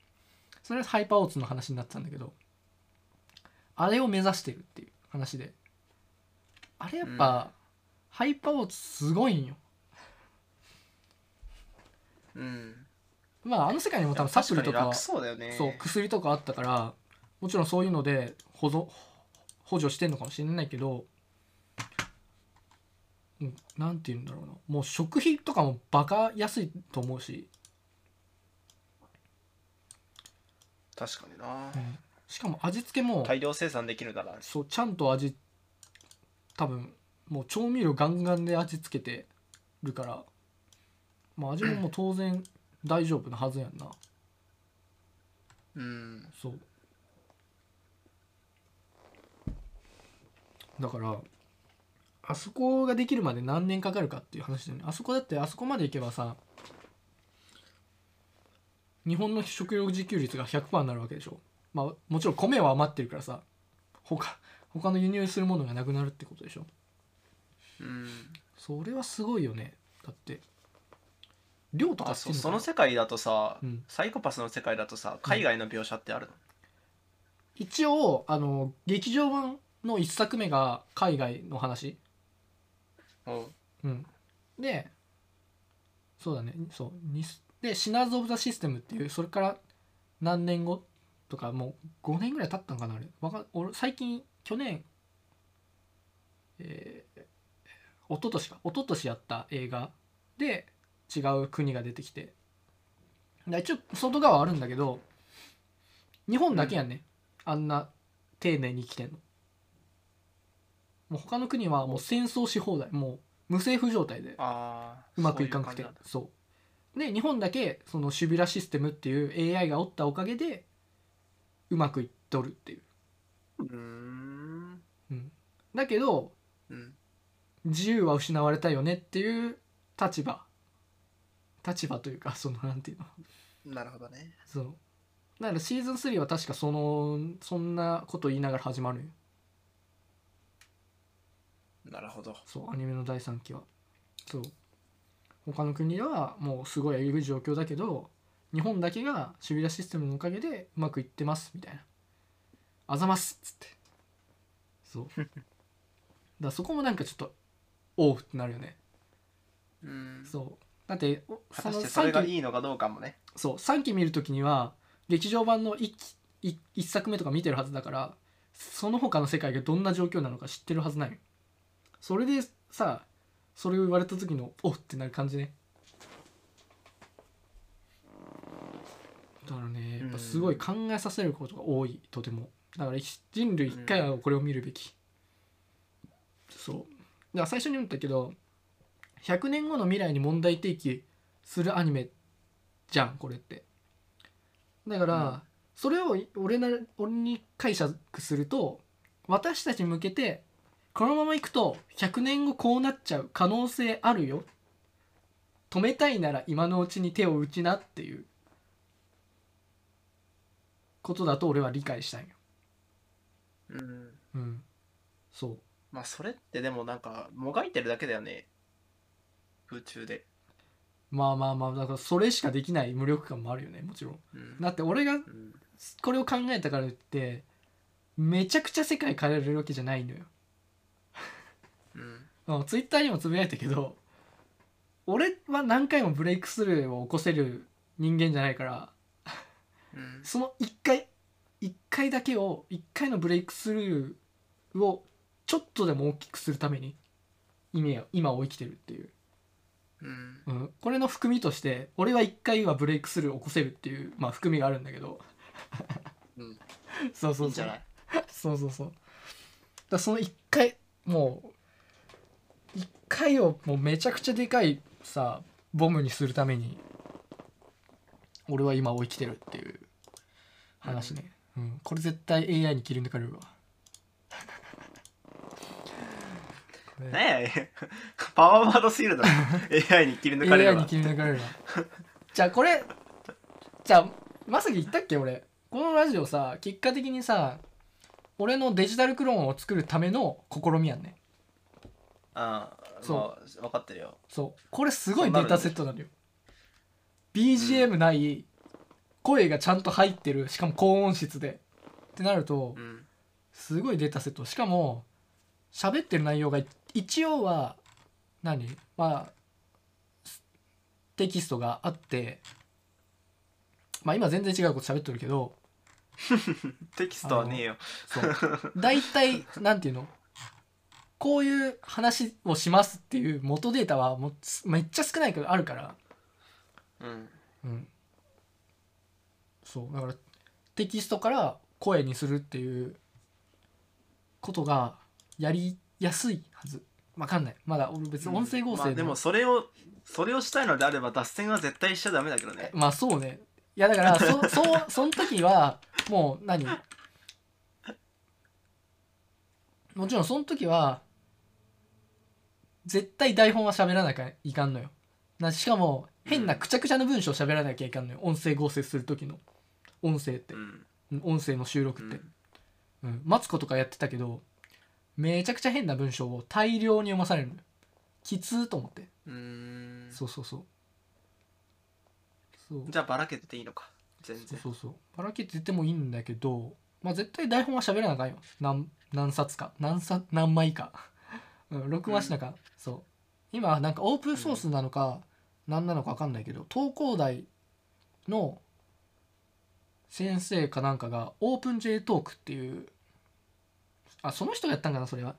Speaker 2: それはハイパーオーツの話になってたんだけどあれを目指してるっていう話であれやっぱ、ハイパーオーツすごいんよ
Speaker 3: うん
Speaker 2: まああの世界にも多分サプリと
Speaker 3: 確に
Speaker 2: か
Speaker 3: 楽そうだよね
Speaker 2: そう薬とかあったからもちろんそういうので補助補助してんのかもしれないけどうんなんて言うんだろうなもう食費とかもバカ安いと思うし
Speaker 3: 確かにな
Speaker 2: しかも味付けも
Speaker 3: 大量生産できるなら
Speaker 2: そうちゃんと味多分もう調味料ガンガンで味付けてるから、まあ、味ももう当然大丈夫なはずやんな
Speaker 3: うん
Speaker 2: そうだからあそこができるまで何年かかるかっていう話だよねあそこだってあそこまで行けばさ日本の食料自給率が100%になるわけでしょまあもちろん米は余ってるからさ他他の輸入するものがなくなるってことでしょ
Speaker 3: うん
Speaker 2: それはすごいよねだって量とか
Speaker 3: あ
Speaker 2: つけ
Speaker 3: そうん
Speaker 2: のか
Speaker 3: そ
Speaker 2: な
Speaker 3: の世界だとさ、
Speaker 2: うん
Speaker 3: サイコパスの世界だとさ海外の描写ってあるの、
Speaker 2: 一応あの劇場版の1作目が海外の話
Speaker 3: おう
Speaker 2: うん、でそうだねそうにで「シナーズ・オブ・ザ・システム」っていうそれから何年後とかもう5年ぐらい経ったんかなあれわかん俺最近去年えー、一昨年か一昨年やった映画で違う国が出てきてだ一応外側はあるんだけど日本だけやね、あんな丁寧に生きてんのもう他の国はもう戦争し放題もう無政府状態で
Speaker 3: あ
Speaker 2: う
Speaker 3: ー
Speaker 2: まくいかなくて
Speaker 3: そういう感じなんだ
Speaker 2: そうで日本だけそのシュビラシステムっていう AI がおったおかげでうまくいっとるっていう、
Speaker 3: うーん
Speaker 2: うん、だけど
Speaker 3: うん
Speaker 2: 自由は失われたよねっていう立場立場というかそのなんていうの
Speaker 3: なるほどね
Speaker 2: そうだからシーズン3は確かそのそんなこと言いながら始まるよ
Speaker 3: なるほど
Speaker 2: そうアニメの第3期はそう他の国ではもうすごいえぐい状況だけど日本だけがシビラシステムのおかげでうまくいってますみたいな「あざます」っつってそうだからそこもなんかちょっとおうってなるよね
Speaker 3: うん
Speaker 2: そうだってお
Speaker 3: 果た
Speaker 2: の
Speaker 3: してそれが
Speaker 2: 3期
Speaker 3: いいのかどうかもね
Speaker 2: そう3期見るときには劇場版の 1, 1, 作目とか見てるはずだからその他の世界がどんな状況なのか知ってるはずないよそれでさそれを言われた時のおっってなる感じねだからねやっぱすごい考えさせることが多いとてもだから一人類一回はこれを見るべき、そうだから最初に言ったけど100年後の未来に問題提起するアニメじゃんこれってだから、
Speaker 3: うん
Speaker 2: それを俺な俺に解釈すると私たちに向けてこのままいくと100年後こうなっちゃう可能性あるよ止めたいなら今のうちに手を打ちなっていうことだと俺は理解したんよ、
Speaker 3: うん
Speaker 2: うん、そう
Speaker 3: まあそれってでもなんかもがいてるだけだよね空中で
Speaker 2: まあまあまあだからそれしかできない無力感もあるよねもちろん
Speaker 3: うん
Speaker 2: だって俺が
Speaker 3: うん
Speaker 2: これを考えたからといってめちゃくちゃ世界変えられるわけじゃないのよ
Speaker 3: うん
Speaker 2: うん、ツイッターにもつぶやいたけど俺は何回もブレイクスルーを起こせる人間じゃないから
Speaker 3: うん
Speaker 2: その1回1回だけを1回のブレイクスルーをちょっとでも大きくするために今今を生きてるっていう、
Speaker 3: うん
Speaker 2: うん、これの含みとして俺は1回はブレイクスルーを起こせるっていう、まあ、含みがあるんだけど
Speaker 3: うん
Speaker 2: そう
Speaker 3: い
Speaker 2: そ
Speaker 3: い
Speaker 2: うん
Speaker 3: じ
Speaker 2: そう
Speaker 3: ゃない
Speaker 2: そうそうそうだからその1回もう1回をもうめちゃくちゃでかいさボムにするために俺は今を生きてるっていう話ね、うんこれ絶対 AI に切り抜かれるわこれ
Speaker 3: ねえ パワーワードすぎ るだろ AI に切り抜か
Speaker 2: AI
Speaker 3: れる
Speaker 2: に
Speaker 3: わ
Speaker 2: 切り抜かれるわ じゃあこれじゃあまさき言ったっけ俺このラジオさ結果的にさ俺のデジタルクローンを作るための試みやんね
Speaker 3: ああ
Speaker 2: そう
Speaker 3: まあ分かってるよ
Speaker 2: そうこれすごいデータセットなのよ BGM ない、声がちゃんと入ってるしかも高音質でってなると
Speaker 3: うん
Speaker 2: すごいデータセットしかも喋ってる内容が一応は何まあすテキストがあってまあ今全然違うこと喋ってるけど
Speaker 3: テキストはねえよ
Speaker 2: そう大体なんていうのこういう話をしますっていう元データはもうすめっちゃ少ないけどあるから、
Speaker 3: うん
Speaker 2: うん、そうだからテキストから声にするっていうことがやりやすいはずわかんないまだ俺別に音声合成
Speaker 3: まあでもそれをそれをしたいのであれば脱線は絶対しちゃダメだけどね
Speaker 2: まあそうねいやだから そそうその時はもう何もちろんその時は絶対台本は喋らなきゃいかんのよなしかも変なくちゃくちゃの文章を喋らなきゃいかんのよ音声合成する時の音声って
Speaker 3: うん
Speaker 2: 音声の収録
Speaker 3: う
Speaker 2: っ
Speaker 3: ん
Speaker 2: て、うん、マツコとかやってたけどめちゃくちゃ変な文章を大量に読まされるのよきつーと思って、
Speaker 3: うーん
Speaker 2: そうそうそうそう
Speaker 3: じゃあばらけてていいのか全
Speaker 2: そう
Speaker 3: 然
Speaker 2: そうそうバラケって言ってもいいんだけどまあ絶対台本は喋らなあかんよ何何冊か何冊何枚かうん録画しなあかん、そう今なんかオープンソースなのか、何なのか分かんないけど東工大の先生かなんかがオープン J トークっていうあその人がやったんかなそれは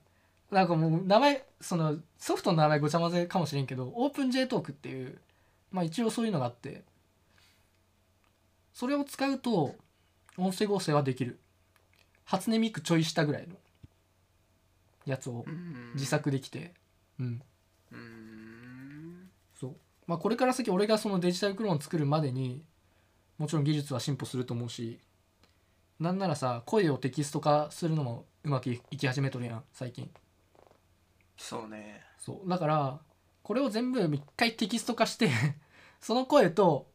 Speaker 2: なんかもう名前そのソフトの名前ごちゃ混ぜかもしれんけどオープン J トークっていうまあ一応そういうのがあってそれを使うと音声合成はできる初音ミクちょい下ぐらいのやつを
Speaker 3: うん
Speaker 2: 自作できてうん
Speaker 3: うーん
Speaker 2: そう、まあ、これから先俺がそのデジタルクローンを作るまでにもちろん技術は進歩すると思うしなんならさ声をテキスト化するのもうまくいいき始めとるやん最近
Speaker 3: そうね
Speaker 2: そうだからこれを全部一回テキスト化して その声と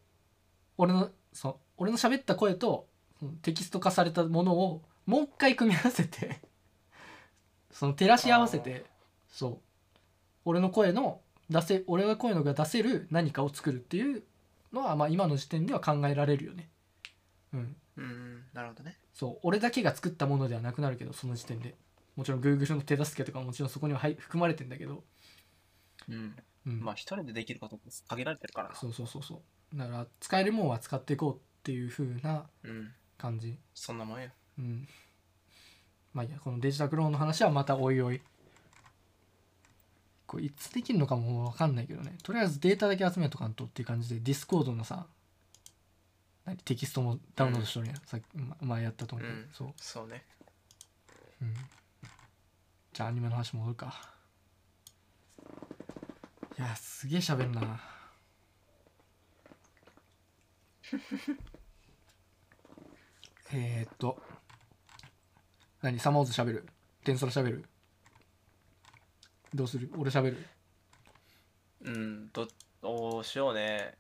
Speaker 2: 俺のその俺の喋った声とそのテキスト化されたものをもう一回組み合わせて その照らし合わせてそう俺の声の出せ俺が声のが出せる何かを作るっていうのはまあ今の時点では考えられるよねうん
Speaker 3: うんなるほどね
Speaker 2: そう俺だけが作ったものではなくなるけどその時点でもちろん Google の手助けとかももちろんそこには入含まれてんだけど、
Speaker 3: うん
Speaker 2: うん、
Speaker 3: まあ一人でできること限られてるからな
Speaker 2: そうそうそうそうだから使えるもんは使っていこうっていう風な
Speaker 3: うん
Speaker 2: 感じ
Speaker 3: そんなもんよ
Speaker 2: うんまあいいやこのデジタルクローンの話はまたおいおいこれいつできるのかもわかんないけどねとりあえずデータだけ集めとかんとっていう感じでディスコードのさ何テキストもダウンロードしとるやん、さっきま前やったと思うけど、
Speaker 3: うん
Speaker 2: そう、
Speaker 3: そうね
Speaker 2: うん、じゃあアニメの話戻るかいやすげえ喋んな えーっと何サマーズ喋る天空喋るどうする俺喋る
Speaker 3: うんどどうしようね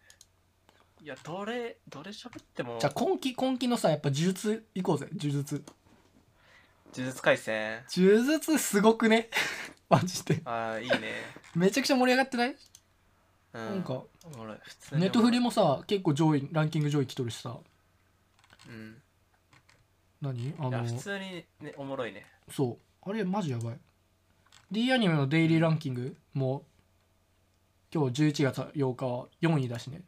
Speaker 3: いやどれどれ喋っても
Speaker 2: じゃあ今期今期のさやっぱ呪術行こうぜ呪術
Speaker 3: 呪術廻戦
Speaker 2: 呪術すごくね マジで
Speaker 3: ああいいね
Speaker 2: めちゃくちゃ盛り上がってない
Speaker 3: う
Speaker 2: なんか
Speaker 3: おもろい普通に
Speaker 2: ネットフリもさ結構上位ランキング上位来とるしさ
Speaker 3: うん
Speaker 2: 何あ
Speaker 3: いや
Speaker 2: の
Speaker 3: 普通にねおもろいね
Speaker 2: そうあれマジやばい D アニメのデイリーランキングも今日11月8日は4位だしね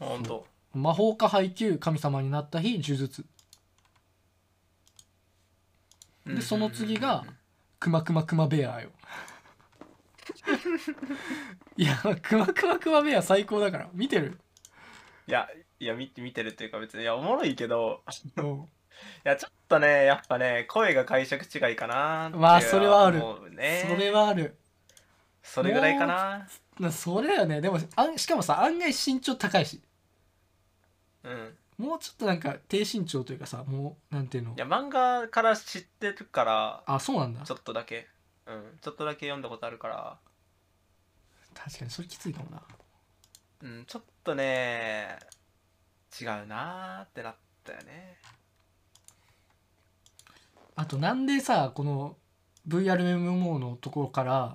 Speaker 3: あほんと
Speaker 2: 魔法科配給神様になった日呪術
Speaker 3: うんうんうんうん
Speaker 2: その次がくまくまくまベ アよいやくまくまくまベア最高だから見てる
Speaker 3: いやいや見て見てるっていうか別にいやおもろいけど
Speaker 2: うん
Speaker 3: いやちょっとねやっぱね声が解釈違いかなっていう
Speaker 2: まあそれはある
Speaker 3: 思うね
Speaker 2: それはある
Speaker 3: それぐらいかな
Speaker 2: なそれだよねでもあんしかもさ案外身長高いし
Speaker 3: うん
Speaker 2: もうちょっとなんか低身長というかさもうなんていうの
Speaker 3: いや漫画から知ってるから
Speaker 2: あそうなんだ
Speaker 3: ちょっとだけうんちょっとだけ読んだことあるから
Speaker 2: 確かにそれきついかもな
Speaker 3: うんちょっとね違うなーってなったよね
Speaker 2: あとなんでさこの VRMMO のところから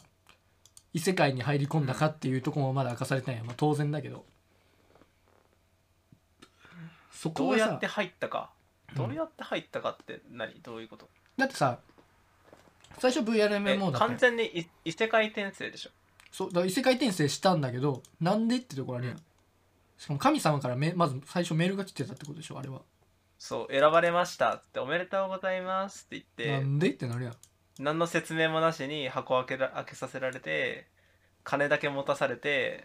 Speaker 2: 異世界に入り込んだかっていうところもまだ明かされてないよ、まあ、当然だけどそこ
Speaker 3: ど
Speaker 2: は
Speaker 3: う
Speaker 2: さ
Speaker 3: やって入ったか
Speaker 2: うん
Speaker 3: どうやって入ったかって何どういうこと
Speaker 2: だってさ最初
Speaker 3: え
Speaker 2: VRMMO だった
Speaker 3: 完
Speaker 2: よ
Speaker 3: 全にい異世界転生でしょ
Speaker 2: そうだから異世界転生したんだけどなんでってところあるやん、
Speaker 3: うん
Speaker 2: しかも神様からめまず最初メールが来てたってことでしょあれは、
Speaker 3: そう選ばれましたっつっておめでとうございますって言
Speaker 2: な
Speaker 3: って
Speaker 2: んでってなるやん
Speaker 3: 何の説明もなしに箱開けら開けさせられて金だけ持たされて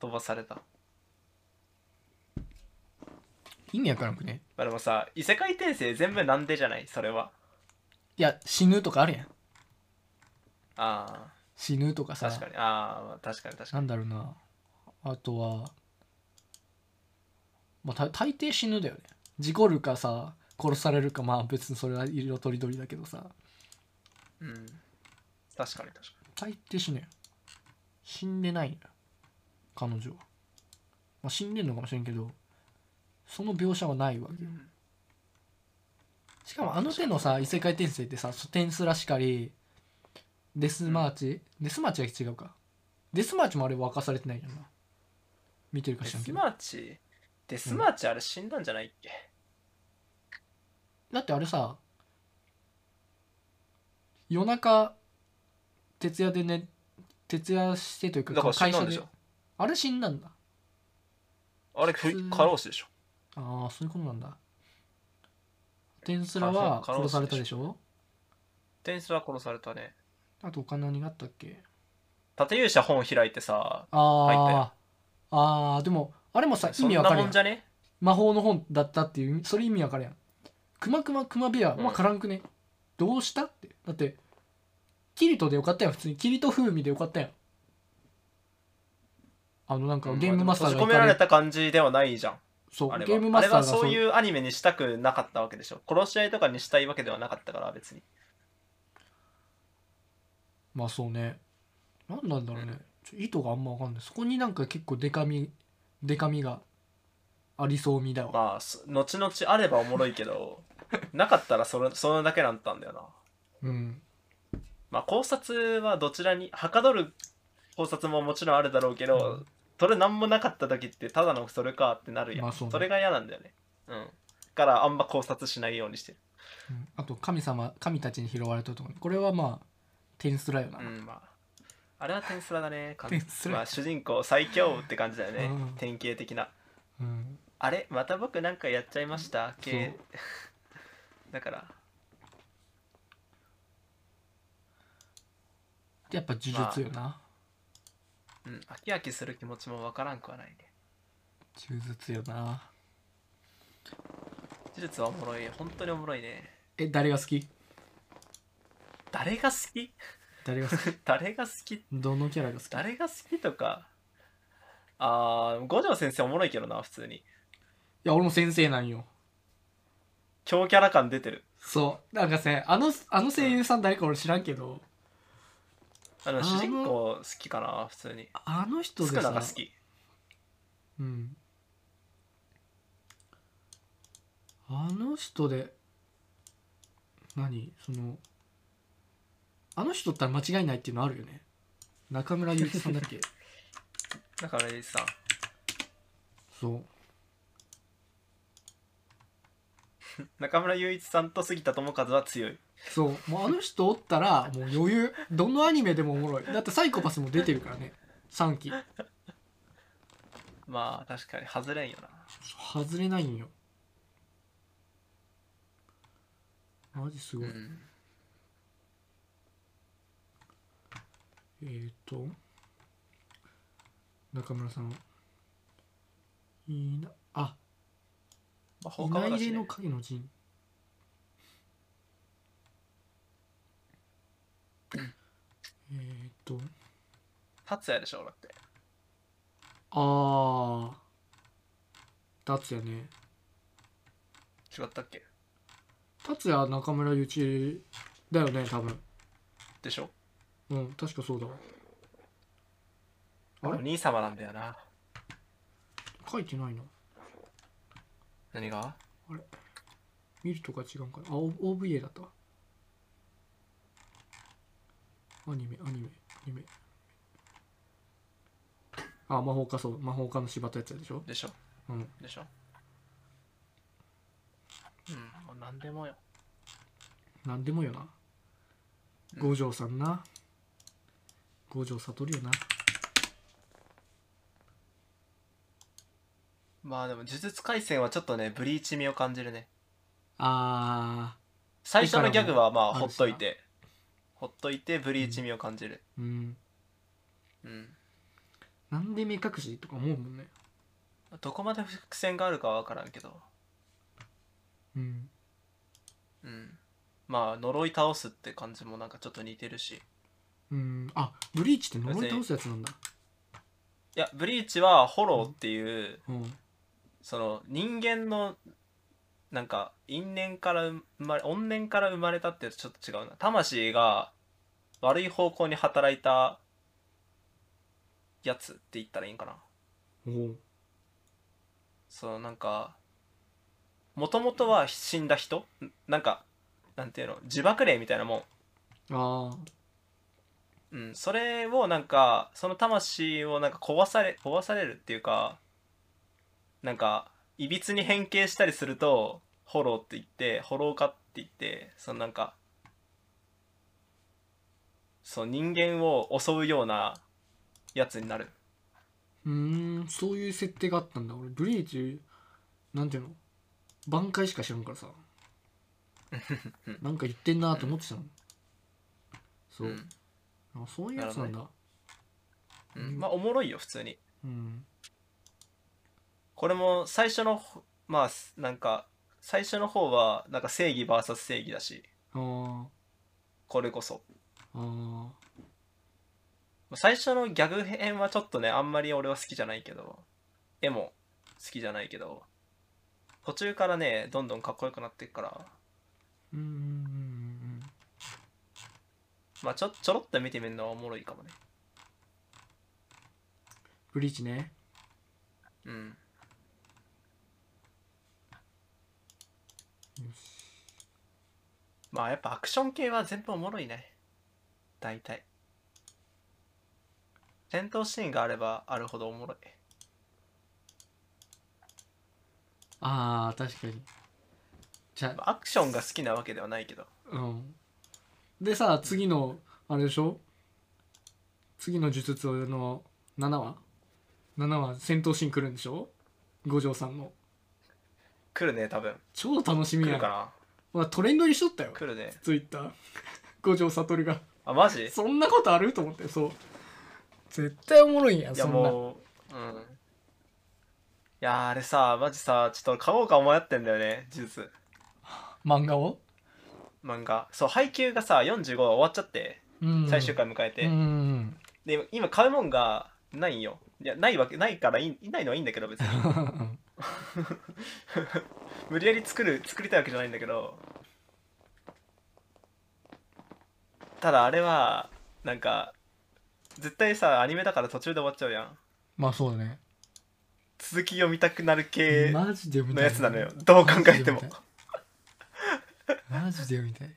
Speaker 3: 飛ばされた
Speaker 2: 意味わからんくね
Speaker 3: まあでもさ異世界転生全部なんでじゃないそれはい
Speaker 2: や死ぬとかあるやん
Speaker 3: あ
Speaker 2: 死ぬとか
Speaker 3: あ
Speaker 2: さ
Speaker 3: 確かにああ確かに確か
Speaker 2: な
Speaker 3: に
Speaker 2: んだろうなあとはまあた大抵死ぬだよね事故るかさ殺されるかまあ別にそれは色とりどりだけどさ
Speaker 3: うん確かに確かに
Speaker 2: 大抵死ぬよ死んでないんだ彼女は、まあ、死んでんのかもしれんけどその描写はないわけよしかもあの手のさ異世界転生ってさソテンスラしかりデスマーチ、デスマーチは違うかデスマーチもあれは明かされてないじゃんな見てるか
Speaker 3: デ
Speaker 2: しらん
Speaker 3: ス
Speaker 2: けど
Speaker 3: マーチデスマーチあれ死んだんじゃないっけ、
Speaker 2: だってあれさ夜中徹夜でね徹夜してというか
Speaker 3: だから死
Speaker 2: 会
Speaker 3: んだ
Speaker 2: 社
Speaker 3: んでし
Speaker 2: で
Speaker 3: ょ
Speaker 2: あれ死んだんだ
Speaker 3: あれ
Speaker 2: 普
Speaker 3: ふ
Speaker 2: 通
Speaker 3: 過労死でしょ
Speaker 2: ああそういうことなんだテンスラ
Speaker 3: あそう
Speaker 2: は
Speaker 3: 過
Speaker 2: 殺
Speaker 3: 労
Speaker 2: され
Speaker 3: 死でしょ
Speaker 2: たでしょ
Speaker 3: テニスは殺されたね
Speaker 2: あと他何があったっけ
Speaker 3: 盾勇者本開いてさ入った
Speaker 2: ああああでもあれもさ意
Speaker 3: そん
Speaker 2: 味
Speaker 3: な
Speaker 2: わかる
Speaker 3: も
Speaker 2: や
Speaker 3: ん
Speaker 2: ん
Speaker 3: じゃね
Speaker 2: 魔法の本だったっていうそれ意味わかるやんくまくまくまベア
Speaker 3: うん
Speaker 2: まあからんくね、どうしたってだってキリトでよかったやん普通にキリト風味でよかったやんあのなんか
Speaker 3: うん
Speaker 2: ゲームマスター
Speaker 3: 閉
Speaker 2: が
Speaker 3: じ込められた感じではないじゃん
Speaker 2: そう
Speaker 3: あれは
Speaker 2: ゲームマスター
Speaker 3: あ
Speaker 2: が
Speaker 3: れはそう
Speaker 2: う
Speaker 3: いうアニメにしたくなかったわけでしょ殺し合いとかにしたいわけではなかったから別に
Speaker 2: まあそうねなんなんだろうね、ちょ意図があんまわかんないそこになんか結構デカみデカみがありそうみだわ、
Speaker 3: まあそ後々あればおもろいけ どなかったらそれそれだけだったんだよな
Speaker 2: うん
Speaker 3: まあ考察はどちらにはかどる考察ももちろんあるだろうけ
Speaker 2: う
Speaker 3: ど、
Speaker 2: ん
Speaker 3: それ何もなかった時ってただのそれかってなるやん、
Speaker 2: まあそうね
Speaker 3: れが嫌なんだよねうんだからあんま考察しないようにしてる
Speaker 2: うんあと神様神たちに拾われたとかこれはまあテンスラよな、
Speaker 3: うんまああれはテンスラだね完
Speaker 2: テンスラ
Speaker 3: まあ、主人公最強って感じだよね、
Speaker 2: うん
Speaker 3: 典型的な
Speaker 2: うん
Speaker 3: あれまた僕なんかやっちゃいました系 だから
Speaker 2: やっぱ呪術よな、
Speaker 3: うん飽き飽きする気持ちもわからんくはないね
Speaker 2: 中絶よな
Speaker 3: 呪術はおもろい本当におもろいね
Speaker 2: え誰が好き
Speaker 3: 誰が好き
Speaker 2: 誰が好き
Speaker 3: 誰が好き
Speaker 2: どのキャラが好き
Speaker 3: 誰が好きとかあー五条先生おもろいけどな普通に
Speaker 2: いや俺も先生なんよ
Speaker 3: 強キャラ感出てる
Speaker 2: そうなんかさあのあの声優さん誰か俺知らんけど、
Speaker 3: あの
Speaker 2: あー
Speaker 3: 主人公好きかな普通に
Speaker 2: あの人
Speaker 3: 少
Speaker 2: で
Speaker 3: な
Speaker 2: さ
Speaker 3: が好き
Speaker 2: うんあの人で何そのあの人ったら間違いないっていうのあるよね中村祐一さんだっ け
Speaker 3: だからエイジさん
Speaker 2: そう
Speaker 3: 中村雄一さんと杉田智和は強い
Speaker 2: そうもうあの人おったらもう余裕どのアニメでもおもろいだってサイコパスも出てるからね3期
Speaker 3: まあ確かに外れんよな
Speaker 2: 外れないんよマジすごい、
Speaker 3: ん
Speaker 2: えー、と中村さんいいなあ
Speaker 3: まあ放課後
Speaker 2: 稲
Speaker 3: だ
Speaker 2: 入
Speaker 3: し、
Speaker 2: れの
Speaker 3: ね、
Speaker 2: 影の陣えー、と
Speaker 3: 達也でしょだって
Speaker 2: あー達也ね
Speaker 3: 違ったっけ
Speaker 2: 達也中村ゆ一だよね多分
Speaker 3: でしょ
Speaker 2: うん確かそうだわあ
Speaker 3: お
Speaker 2: れ
Speaker 3: 兄様なんだよな
Speaker 2: 書いてないな
Speaker 3: 何が
Speaker 2: 見るとか違うんかなあ O- OVA だったわアニメアニメアニメあ魔法家そう魔法家の柴田やつやでしょ
Speaker 3: でしょ
Speaker 2: うん
Speaker 3: でしょうんもう何でもよ
Speaker 2: なんでもよな
Speaker 3: うん
Speaker 2: 五条さんな五条悟よな
Speaker 3: まあでも呪術廻戦はちょっとねブリーチ味を感じるね
Speaker 2: あ
Speaker 3: 最初のギャグはまあ
Speaker 2: あ
Speaker 3: ほ
Speaker 2: るしな
Speaker 3: っといてほっといてブリーチ味を感じる
Speaker 2: ーうん
Speaker 3: うん
Speaker 2: なんで目隠しとか思うもんね
Speaker 3: どこまで伏線があるかは分からんけど
Speaker 2: うん
Speaker 3: うんまあ呪い倒すって感じもなんかちょっと似てるし
Speaker 2: うんあブリーチって呪い倒すやつなんだ
Speaker 3: いやブリーチはホローっていう、
Speaker 2: うん
Speaker 3: その人間のなんか因縁から生まれ怨念から生まれたってちょっと違うな魂が悪い方向に働いたやつって言ったらいいんかな
Speaker 2: おう
Speaker 3: そのなんかもともとは死んだ人なんかなんていうの自爆霊みたいなもん
Speaker 2: ああ
Speaker 3: うん、それをなんかその魂をなんか壊され壊されるっていうかなんかいびつに変形したりするとホローって言ってホロー化って言ってそのなんかそう人間を襲うようなやつになる
Speaker 2: うーんそういう設定があったんだ俺ブリーチなんていうの挽回しか知らん からさなんか言ってんなと思ってたのそう、
Speaker 3: うん
Speaker 2: あそういうやつなんだ
Speaker 3: うんまあおもろいよ普通に
Speaker 2: うん
Speaker 3: これも最初のほまあすなんか最初の方はなんか正義 VS 正義だし
Speaker 2: あー
Speaker 3: これこそ
Speaker 2: あー
Speaker 3: 最初のギャグ編はちょっとねあんまり俺は好きじゃないけど絵も好きじゃないけど途中からねどんどんかっこよくなっていくから
Speaker 2: うんうんうん
Speaker 3: まあちょちょろっと見てみるのはおもろいかもね
Speaker 2: ブリーチね
Speaker 3: うん
Speaker 2: よし
Speaker 3: まあやっぱアクション系は全部おもろいね大体戦闘シーンがあればあるほどおもろい
Speaker 2: ああ確かにじゃ
Speaker 3: まあアクションが好きなわけではないけど
Speaker 2: うんでさ次のあれでしょ次の術術の7話7話戦闘シーン来るんでしょ五条さんの
Speaker 3: 来るね多分
Speaker 2: 超楽しみ
Speaker 3: 来
Speaker 2: や
Speaker 3: る
Speaker 2: ん
Speaker 3: かな
Speaker 2: まあ、トレンドにしとったよ
Speaker 3: 来るね
Speaker 2: ツイッター 五条悟が
Speaker 3: あマジい
Speaker 2: そんなことあると思ってそう絶対おもろいやん
Speaker 3: や
Speaker 2: そんな
Speaker 3: もううんいやーあれさマジさちょっと買おうか迷ってんだよね呪術
Speaker 2: 漫画を
Speaker 3: 漫画そう配給がさ45話終わっちゃって
Speaker 2: うん
Speaker 3: 最終回迎えて、
Speaker 2: うん
Speaker 3: で今買うもんがないんよいやないわけないからいいないのはいいんだけ ど別に無理やり作る作りたいわけじゃないんだけどただあれはなんか絶対さアニメだから途中で終わっちゃうやん
Speaker 2: まあそうだね、
Speaker 3: 続き読みたくなる系
Speaker 2: マジで見
Speaker 3: の
Speaker 2: たい
Speaker 3: やつなのよどう考えても
Speaker 2: マジで見たい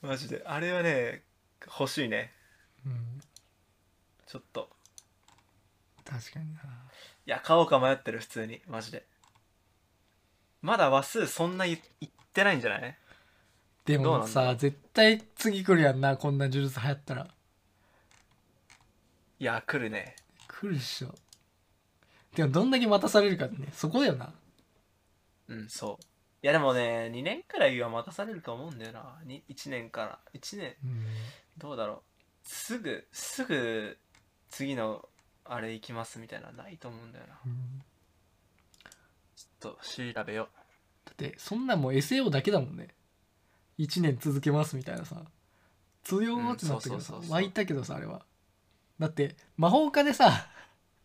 Speaker 2: マジで見たい
Speaker 3: マジであれはね欲しいね
Speaker 2: うん
Speaker 3: ちょっと
Speaker 2: 確かにない
Speaker 3: や買おうか迷ってる普通にマジでまだ話数そんな言言ってないんじゃない
Speaker 2: で
Speaker 3: どうな
Speaker 2: も
Speaker 3: んだろ
Speaker 2: さ
Speaker 3: う
Speaker 2: 絶対次来るやんなこんな呪術流行ったら
Speaker 3: いや来るね
Speaker 2: 来るっしょでもどんだけ待たされるかってねそこだよな
Speaker 3: うんそういやでもね2年くらいは待たされると思うんだよなに1年から1年
Speaker 2: うん
Speaker 3: どうだろうすぐすぐ次のあれ行きますみたいなのないと思うんだよな
Speaker 2: うん
Speaker 3: ちょっと調べよ
Speaker 2: だってそんなんもう SAO だけだもんね1年続けますみたいなさ通用語ってなったけ
Speaker 3: う
Speaker 2: ど
Speaker 3: んそう
Speaker 2: さ
Speaker 3: そうそうそう
Speaker 2: 湧いたけどさあれはだって魔法科でさ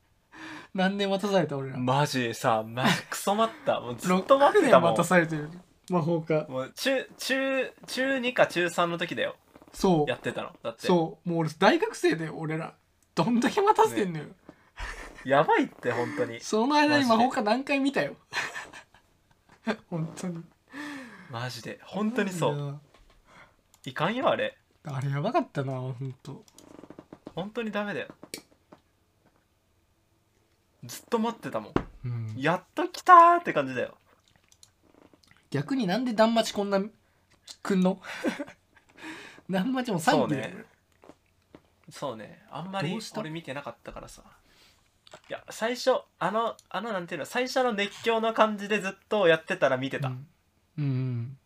Speaker 2: 何年待たされた俺ら
Speaker 3: うマジさマジクソ待ったもうずっと待
Speaker 2: 6
Speaker 3: って
Speaker 2: 年
Speaker 3: たも
Speaker 2: 待
Speaker 3: ん
Speaker 2: たされてる魔法科
Speaker 3: もう中中中2か中3の時だよ
Speaker 2: そ
Speaker 3: やってたのだっ
Speaker 2: う
Speaker 3: て
Speaker 2: そうもう俺大学生だよ俺らどんだけ待たせてんのよ、
Speaker 3: やばいって本当に
Speaker 2: その間に魔
Speaker 3: マジで
Speaker 2: 法科何回見たよ 本当に
Speaker 3: マジで本当にそう
Speaker 2: う
Speaker 3: いかんよあれ
Speaker 2: あれやばかったな本当
Speaker 3: 本当にダメだよずっと待ってたもん
Speaker 2: うん
Speaker 3: やっと来たーって感じだよ
Speaker 2: 逆になんで断末こんなくんの 断末も
Speaker 3: そ
Speaker 2: 3
Speaker 3: う
Speaker 2: 期
Speaker 3: ねそうねあんま
Speaker 2: ど
Speaker 3: り
Speaker 2: うした
Speaker 3: 俺見てなかったからさいや最初あのあのなんていうの最初の熱狂の感じでずっとやってたら見てた、
Speaker 2: うん、うんうん、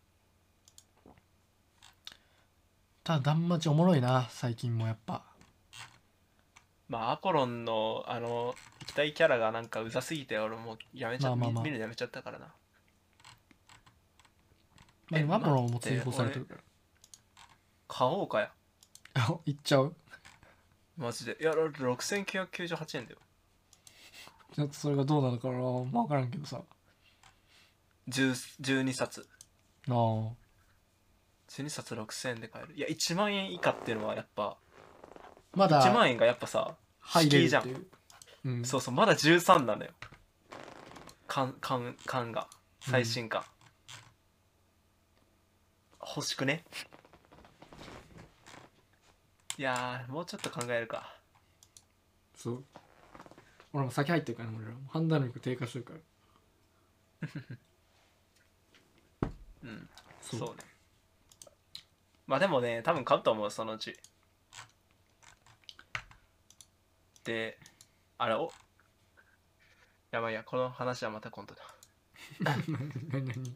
Speaker 2: ただ断末おもろいな最近もやっぱ
Speaker 3: まあアコロンのあの液体キャラがなんかうざすぎて俺もうやめちゃ、
Speaker 2: まあまあまあ
Speaker 3: 見見るのやめちゃったからな
Speaker 2: まあ
Speaker 3: え
Speaker 2: 今もも
Speaker 3: 待って
Speaker 2: 追放されてるから
Speaker 3: 買おうかや
Speaker 2: いっちゃう
Speaker 3: マジでいやだって6998円だよ
Speaker 2: ちょっとそれがどうなのかな分からんけどさ
Speaker 3: 10 12冊
Speaker 2: ああ
Speaker 3: 12冊6000円で買えるいや1万円以下っていうのはやっぱ
Speaker 2: ま
Speaker 3: 1
Speaker 2: だ
Speaker 3: 万円がやっぱさ
Speaker 2: 入れる
Speaker 3: 敷居じゃ
Speaker 2: っ
Speaker 3: ん
Speaker 2: ていう、うん、
Speaker 3: そうそうまだ13なんだよ缶缶缶が最新刊、欲しくねいやーもうちょっと考えるか
Speaker 2: そう俺も先入ってるからね俺らも判断力低下するから
Speaker 3: うん
Speaker 2: そ
Speaker 3: そううねまあでもね多分買うと思うそのうちであれおやばいやこの話はまた今度だ
Speaker 2: 何何い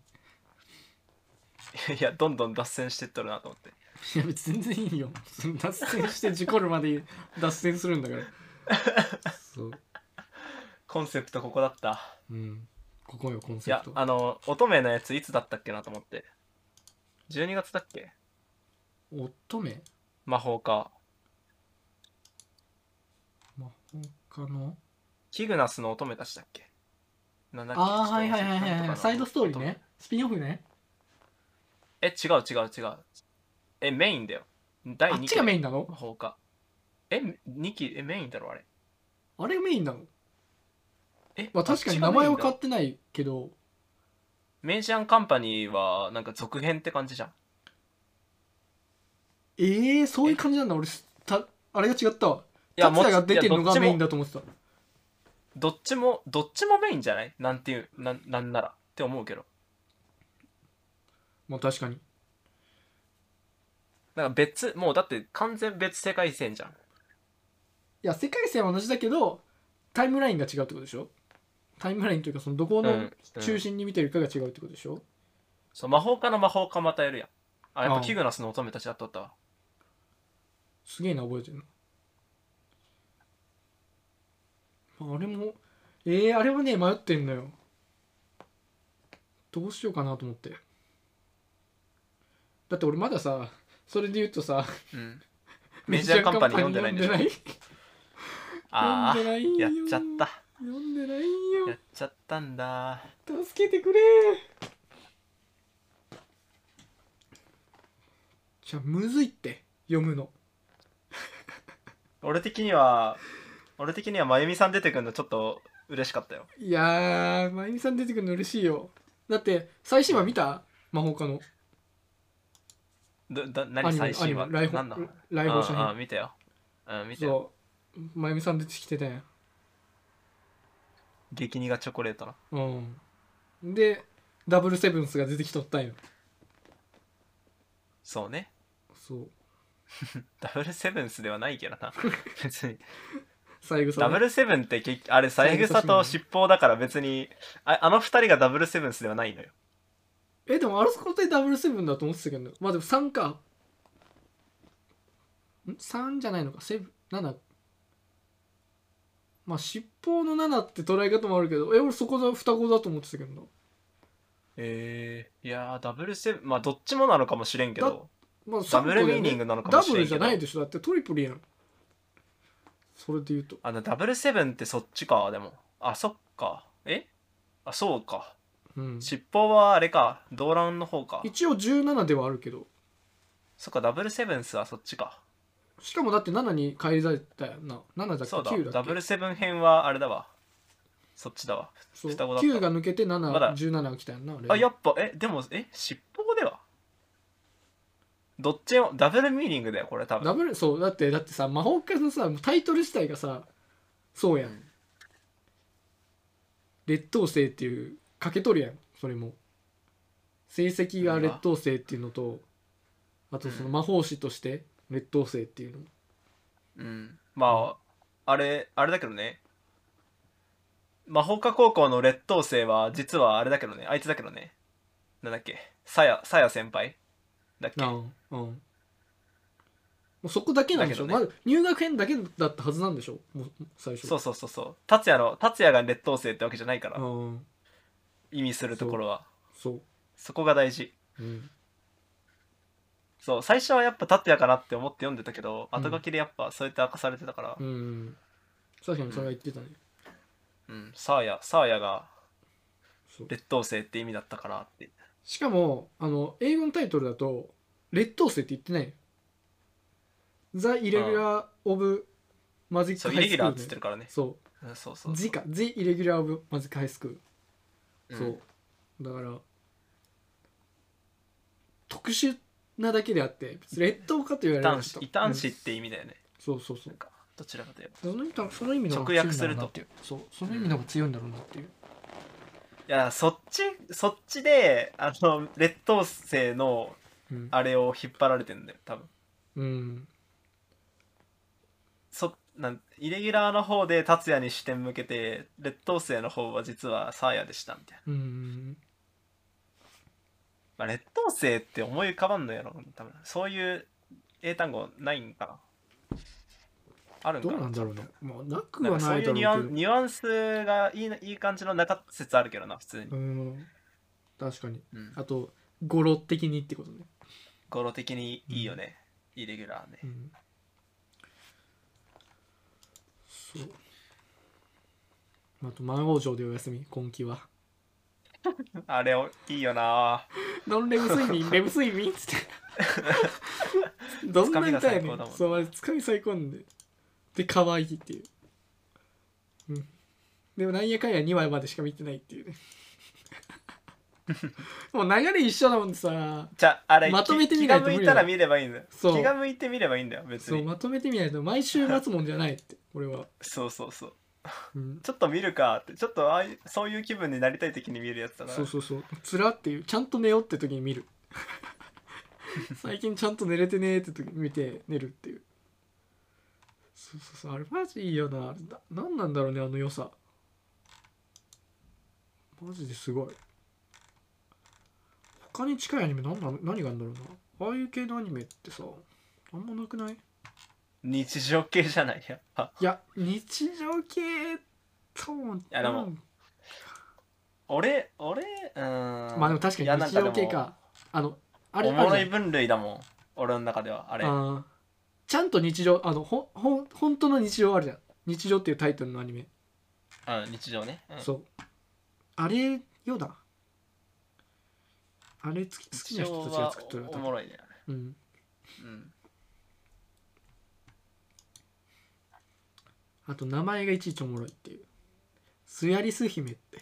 Speaker 3: いやどんどん脱線してっとるなと思って
Speaker 2: や別に全然いいよ その脱線して事故るまで脱線するんだからそう
Speaker 3: コンセプトここだった
Speaker 2: うんここよコン
Speaker 3: い
Speaker 2: セ
Speaker 3: や
Speaker 2: プト
Speaker 3: あの乙女のやついつだったっけなと思って12月だっけ
Speaker 2: 乙女
Speaker 3: 魔法か
Speaker 2: 魔法科の
Speaker 3: キグナスの乙女たちだっけなんだっけ
Speaker 2: ああはいはいはいはい
Speaker 3: ちょっと忘れたなんとか
Speaker 2: は
Speaker 3: の
Speaker 2: いサイドストーリーねスピンオフね
Speaker 3: え違う違う違うえメインだよ第
Speaker 2: あ
Speaker 3: 2
Speaker 2: っ
Speaker 3: 期
Speaker 2: ちがメインなの
Speaker 3: 魔法かえ2期えメインだろあれ
Speaker 2: あれメインなの
Speaker 3: え
Speaker 2: まあ確かに
Speaker 3: あ
Speaker 2: 名
Speaker 3: っちがメ
Speaker 2: 前
Speaker 3: イン
Speaker 2: は
Speaker 3: だ
Speaker 2: 変わってないけど
Speaker 3: メイジアンカンパニーはなんか続編って感じじゃん
Speaker 2: ええー、そういう感じなんだ俺たあれが違ったわ
Speaker 3: いや
Speaker 2: 達也が
Speaker 3: もち
Speaker 2: 出てるの
Speaker 3: い
Speaker 2: が
Speaker 3: やどっちも
Speaker 2: メインだと思ってた
Speaker 3: どっちもどっちもメインじゃないなんていうなんなんならって思うけど
Speaker 2: まあ確かに
Speaker 3: なんか別もうだって完全別世界線じゃん
Speaker 2: いや世界線は同じだけどタイムラインが違うってことでしょタイムラインというかそのどこ
Speaker 3: うんう
Speaker 2: の
Speaker 3: ん
Speaker 2: 中心に見てるかが違うってことでしょ、
Speaker 3: そう魔法家の魔法家またやるやんあやっ
Speaker 2: う
Speaker 3: ぱ
Speaker 2: ん
Speaker 3: キグナスの乙女たちやっとったわ
Speaker 2: すげえな覚えてるのあれもえー、あれもね迷ってんのよどうしようかなと思ってだって俺まださそれで言うとさ
Speaker 3: うんメジャーカンパニー読んでないんでしょ
Speaker 2: メジャーカンパニー
Speaker 3: ああ
Speaker 2: 読んでないよ
Speaker 3: やっちゃった
Speaker 2: 読んでない
Speaker 3: やっちゃったんだ
Speaker 2: よ助けてくれじゃあむずいって読むの
Speaker 3: 俺的には俺的にはまゆみさん出てくるのちょっと嬉しかったよ
Speaker 2: いやー、まゆみさん出てくるの嬉しいよ。だって、最新話見た魔法科の。
Speaker 3: だだ
Speaker 2: ア
Speaker 3: 何
Speaker 2: ニメ
Speaker 3: 最新話
Speaker 2: アニメ来訪
Speaker 3: 何の話
Speaker 2: 来訪者編
Speaker 3: うんうん見たようん見たよ
Speaker 2: そう。まゆみさん出てきてたやん
Speaker 3: 激苦チョコレートな
Speaker 2: うんでダブルセブンスが出てきとったんよ
Speaker 3: そうね
Speaker 2: そう
Speaker 3: ダブルセブンスではないけど な別に
Speaker 2: 三枝
Speaker 3: ダブ
Speaker 2: ル
Speaker 3: ルセブンって結あれ三枝と尻尾だから別にああの二人がダブルセブンスではないのよ
Speaker 2: えでもあれそこでダブルセブンだと思ってたけどねまあでも3かん3じゃないのかセブ7まあ尻尾の7って捉え方もあるけどえ俺そこが双子だと思ってたけどな
Speaker 3: ええいやーダブルセブンまあどっちもなのかもしれんけど
Speaker 2: まあ、
Speaker 3: ダブルミーニン
Speaker 2: ね
Speaker 3: グなのか
Speaker 2: ダ
Speaker 3: もし
Speaker 2: ブ
Speaker 3: れ
Speaker 2: ル
Speaker 3: ん
Speaker 2: じ
Speaker 3: け
Speaker 2: ゃ
Speaker 3: ど
Speaker 2: ないでしょだってトリプルやんそれで言うと
Speaker 3: あのダブルセブンってそっちかでもあそっかえあそうか
Speaker 2: うん
Speaker 3: 尻尾はあれか動乱の方か
Speaker 2: 一応17ではあるけど
Speaker 3: そっかダブルセブンスはそっちか
Speaker 2: しかもだって7に返り咲いたよな7だっけ
Speaker 3: そうだ
Speaker 2: 9だ
Speaker 3: ダ
Speaker 2: っけ
Speaker 3: ブルセブン編はあれだわそっちだわ
Speaker 2: そう
Speaker 3: 双子だった
Speaker 2: 9が抜けて7、
Speaker 3: まだ
Speaker 2: 17が来たよな俺
Speaker 3: あやっぱえでもえ尻尾ではどっちもダブルミーニングだよこれ多分
Speaker 2: ダブルそうだってだってさ魔法界のさタイトル自体がさそうやん、
Speaker 3: うん
Speaker 2: 劣等生っていうかけとるやんそれも成績が劣等生っていうのとあとその魔法師として劣等生っていうの
Speaker 3: うんまああれあれだけどね魔法科高校の劣等生は実はあれだけどねあいつだけどねなんだっけさやさや先輩だっけ
Speaker 2: なうんうんもうそこだけなんでしょ、
Speaker 3: だけ
Speaker 2: ま
Speaker 3: ど
Speaker 2: ず入学編だけだったはずなんでしょもう最初
Speaker 3: そうそうそうそう達也の達也が劣等生ってわけじゃないから、
Speaker 2: うん
Speaker 3: 意味するところは
Speaker 2: そ
Speaker 3: そこが大事
Speaker 2: う、うん、
Speaker 3: そう最初はやっぱ達也かなって思って読んでたけど
Speaker 2: うん
Speaker 3: 後書きでやっぱそうやって明かされてたから
Speaker 2: う、ん確かにそれは言ってたね、
Speaker 3: うん、サーヤサーヤが
Speaker 2: そう
Speaker 3: 劣等生って意味だったからって
Speaker 2: しかもあの英語のタイトルだと「劣等生」って言ってないよ The Irregular of Magic
Speaker 3: そう
Speaker 2: High
Speaker 3: イレギュラー
Speaker 2: School
Speaker 3: っつって
Speaker 2: ね
Speaker 3: るからね
Speaker 2: そ
Speaker 3: うんそうそうう
Speaker 2: The か The Irregular of Magic High School
Speaker 3: うん
Speaker 2: そうだから特殊なだけであって別に劣等かと言わ
Speaker 3: 異
Speaker 2: れる
Speaker 3: 端子異端子って意味だよね
Speaker 2: そうそうそ
Speaker 3: な
Speaker 2: うん
Speaker 3: かどちらかといえば
Speaker 2: その意味だその意味の方が
Speaker 3: 直訳すると
Speaker 2: 強いんだろうなっていうそうその意味の方が強いんだろうなっていう
Speaker 3: いやそっちそっちであの劣等生の
Speaker 2: うん、
Speaker 3: あれを引っ張られてんだよ多分
Speaker 2: うん、
Speaker 3: そなんイレギュラーの方で達也に視点向けて劣等生の方は実はサーヤでしたみたいな、
Speaker 2: うん
Speaker 3: まあ、劣等生って思い浮かばんのやろ多分そういう英単語ないんかなあるん
Speaker 2: ど
Speaker 3: か
Speaker 2: う
Speaker 3: な
Speaker 2: なんだろうねまあなく
Speaker 3: なん
Speaker 2: は
Speaker 3: かそ
Speaker 2: な
Speaker 3: う
Speaker 2: い
Speaker 3: いう
Speaker 2: だろうけ
Speaker 3: ニュ
Speaker 2: ど
Speaker 3: アンニュアンスがいいないい感じの中説あるけどな普通に
Speaker 2: う、ん確かに
Speaker 3: うん
Speaker 2: あと語呂的にってことね、
Speaker 3: 語呂的にいいよね、イレギュラーね
Speaker 2: うん、そうあと「万王城でお休み今期は」
Speaker 3: あれおいいよな
Speaker 2: 「ノンレム睡眠レム睡眠」っつってどんな歌や
Speaker 3: つかみが最
Speaker 2: ね
Speaker 3: 高だもん
Speaker 2: んそうあれつかみ最高なんでで可愛いっていう、うん、でもなんやかんや2話までしか見てないっていうねもう流れ一緒だもんさ
Speaker 3: じゃああれ
Speaker 2: まとめて
Speaker 3: き
Speaker 2: み
Speaker 3: 気
Speaker 2: ない
Speaker 3: が
Speaker 2: と
Speaker 3: 向いたら見ればいいんだよ
Speaker 2: そう
Speaker 3: 気が向いて見ればいいんだよ別
Speaker 2: そう
Speaker 3: に
Speaker 2: まとめてみないと毎週待つもんじゃないって俺は、
Speaker 3: そうそうそう
Speaker 2: うん、
Speaker 3: ちょっと見るかってちょっとああいうそういう気分になりたい時に見るやつだな
Speaker 2: そうそうそうつらっていうちゃんと寝ようって時に 見る最近ちゃんと寝れてねーって時に見て寝るっていうそうそうそうあれマジいいよなあれな何なんだろうねあの良さマジですごい他に近いアニメ何なの何があるんだろうなああいう系のアニメってさあんまなくない
Speaker 3: 日常系じゃないやっぱ
Speaker 2: いや日常系ともい
Speaker 3: やでも俺俺うーん
Speaker 2: まあでも確
Speaker 3: い
Speaker 2: か
Speaker 3: や
Speaker 2: に
Speaker 3: なん
Speaker 2: 日常
Speaker 3: で
Speaker 2: 系
Speaker 3: も
Speaker 2: か。あの、あ
Speaker 3: お
Speaker 2: れ、あ
Speaker 3: もろい
Speaker 2: れ、
Speaker 3: 分類だもん俺の中ではあれ
Speaker 2: あーちゃんと日常、あの、ほ、ほ、本当の日常あるじゃん。日常っていうタイトルのアニメ。
Speaker 3: うん日常ね、うん
Speaker 2: そう。あれよだ。あれつき好き
Speaker 3: 日
Speaker 2: な
Speaker 3: 常
Speaker 2: 人たち
Speaker 3: は
Speaker 2: が作ってるよ
Speaker 3: お
Speaker 2: 多
Speaker 3: お
Speaker 2: 分
Speaker 3: もろいね
Speaker 2: うん。
Speaker 3: うん
Speaker 2: あと、名前がいちいちおもろいっていう。スヤリス姫って。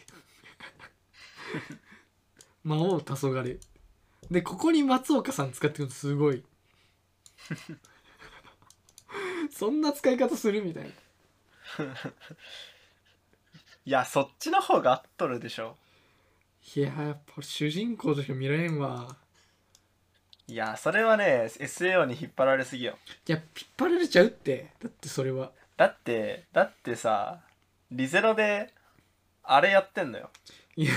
Speaker 2: 魔王黄昏。で、ここに松岡さん使ってくるの すごい。そんな使い方するみたいな。
Speaker 3: いやそっちの方が合っとるでしょ
Speaker 2: いややっぱ主人公としか見られんわ
Speaker 3: いやそれはね SAO に引っ張られすぎよ
Speaker 2: いや引っ張られちゃうってだってそれは
Speaker 3: だってだってさリゼロであれやってんのよ
Speaker 2: いや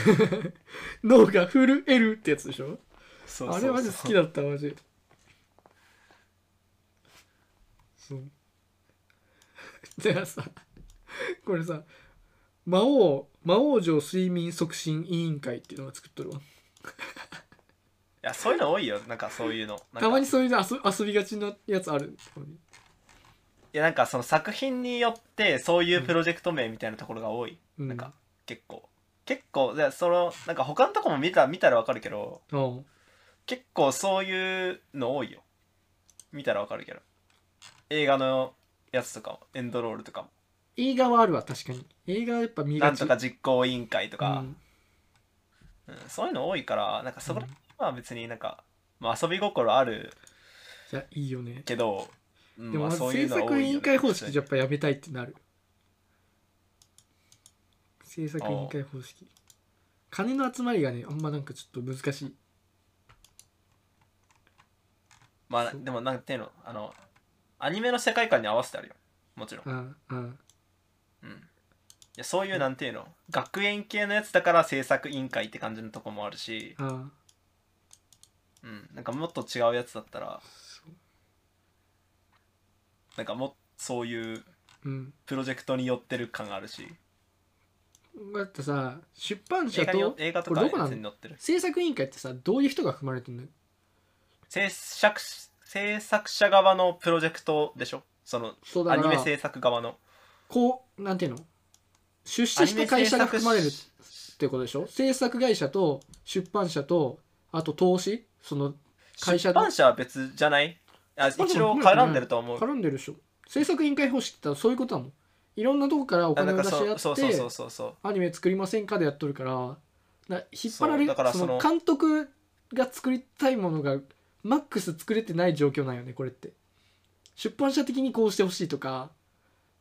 Speaker 2: 脳が震えるってやつでしょ
Speaker 3: そう
Speaker 2: あ
Speaker 3: そうそ
Speaker 2: れ
Speaker 3: う
Speaker 2: マジ好きだったマジそう じゃあさこれさ魔王魔王城睡眠促進委員会っていうのが作っとるわ
Speaker 3: いやそういうの多いよなんかそういうのなんか
Speaker 2: たまに
Speaker 3: い
Speaker 2: そういうの遊遊びがちなやつある
Speaker 3: やなんかその作品によってそういうプロジェクト名みたいなところが多い、
Speaker 2: うん
Speaker 3: なんか結構結構でそのなんか他のとこも見た見たらわかるけど
Speaker 2: うん
Speaker 3: 結構そういうの多いよ見たらわかるけど映画のやつとかもエンドロールとかも
Speaker 2: 映画はあるわ確かに映画はやっぱ見
Speaker 3: な
Speaker 2: が
Speaker 3: ん
Speaker 2: ち
Speaker 3: とか実行委員会とか
Speaker 2: う、ん
Speaker 3: うんそういうの多いからなんかそこら
Speaker 2: うん
Speaker 3: 辺は別になんか、まあ、遊び心ある
Speaker 2: いやいいよね
Speaker 3: けど、うん
Speaker 2: でも、
Speaker 3: ま
Speaker 2: ま
Speaker 3: あ
Speaker 2: ず
Speaker 3: そうい
Speaker 2: 制
Speaker 3: うのは多
Speaker 2: 作委
Speaker 3: いよね
Speaker 2: 員会方式じゃやっぱやめたいってなる制作委員会方式金の集まりがねあんまなんかちょっと難しい
Speaker 3: まあ
Speaker 2: そう
Speaker 3: でもなんていうのあのアニメの世界観に合わせてあるよもちろん、
Speaker 2: うんうん
Speaker 3: うん、いやそういうなんていうの学園系のやつだから制作委員会って感じのとこもあるし、
Speaker 2: うん
Speaker 3: うん、なんかもっと違うやつだったら
Speaker 2: そ
Speaker 3: なんかもそういう
Speaker 2: ううん
Speaker 3: プロジェクトに寄ってる感があるし
Speaker 2: だってさ出版社
Speaker 3: 映画によ
Speaker 2: と
Speaker 3: 映画と
Speaker 2: こ
Speaker 3: か
Speaker 2: れどこな
Speaker 3: や
Speaker 2: の
Speaker 3: つに載ってる
Speaker 2: 制作委員会ってさどういう人が含まれてんのよ
Speaker 3: 制作制作者側のプロジェクトでしょその
Speaker 2: そう
Speaker 3: ア
Speaker 2: だか
Speaker 3: ニメ
Speaker 2: ら
Speaker 3: 制作側の
Speaker 2: こうなんていうの出社した会社が含まれるってことでしょ制作会社と出版社とあと投資その会社
Speaker 3: 出版社は別じゃないあ
Speaker 2: 出版
Speaker 3: 一
Speaker 2: 社も
Speaker 3: 応
Speaker 2: 含まれてない
Speaker 3: 絡んでると思う
Speaker 2: 絡んでるでしょ制作委員会方式って言ったらそういうことだもんいろんなとこからお
Speaker 3: あ
Speaker 2: 金
Speaker 3: なん
Speaker 2: を出
Speaker 3: か
Speaker 2: し
Speaker 3: そう
Speaker 2: 合
Speaker 3: そ
Speaker 2: っ
Speaker 3: うそうそう
Speaker 2: て
Speaker 3: そうそう
Speaker 2: アニメ作りませんかでやっとるからな引っ張られ
Speaker 3: そうだから
Speaker 2: その
Speaker 3: そ
Speaker 2: 監督が作りたいものがマックス作れてない状況なんよねこれって出版社的にこうしてほしいとか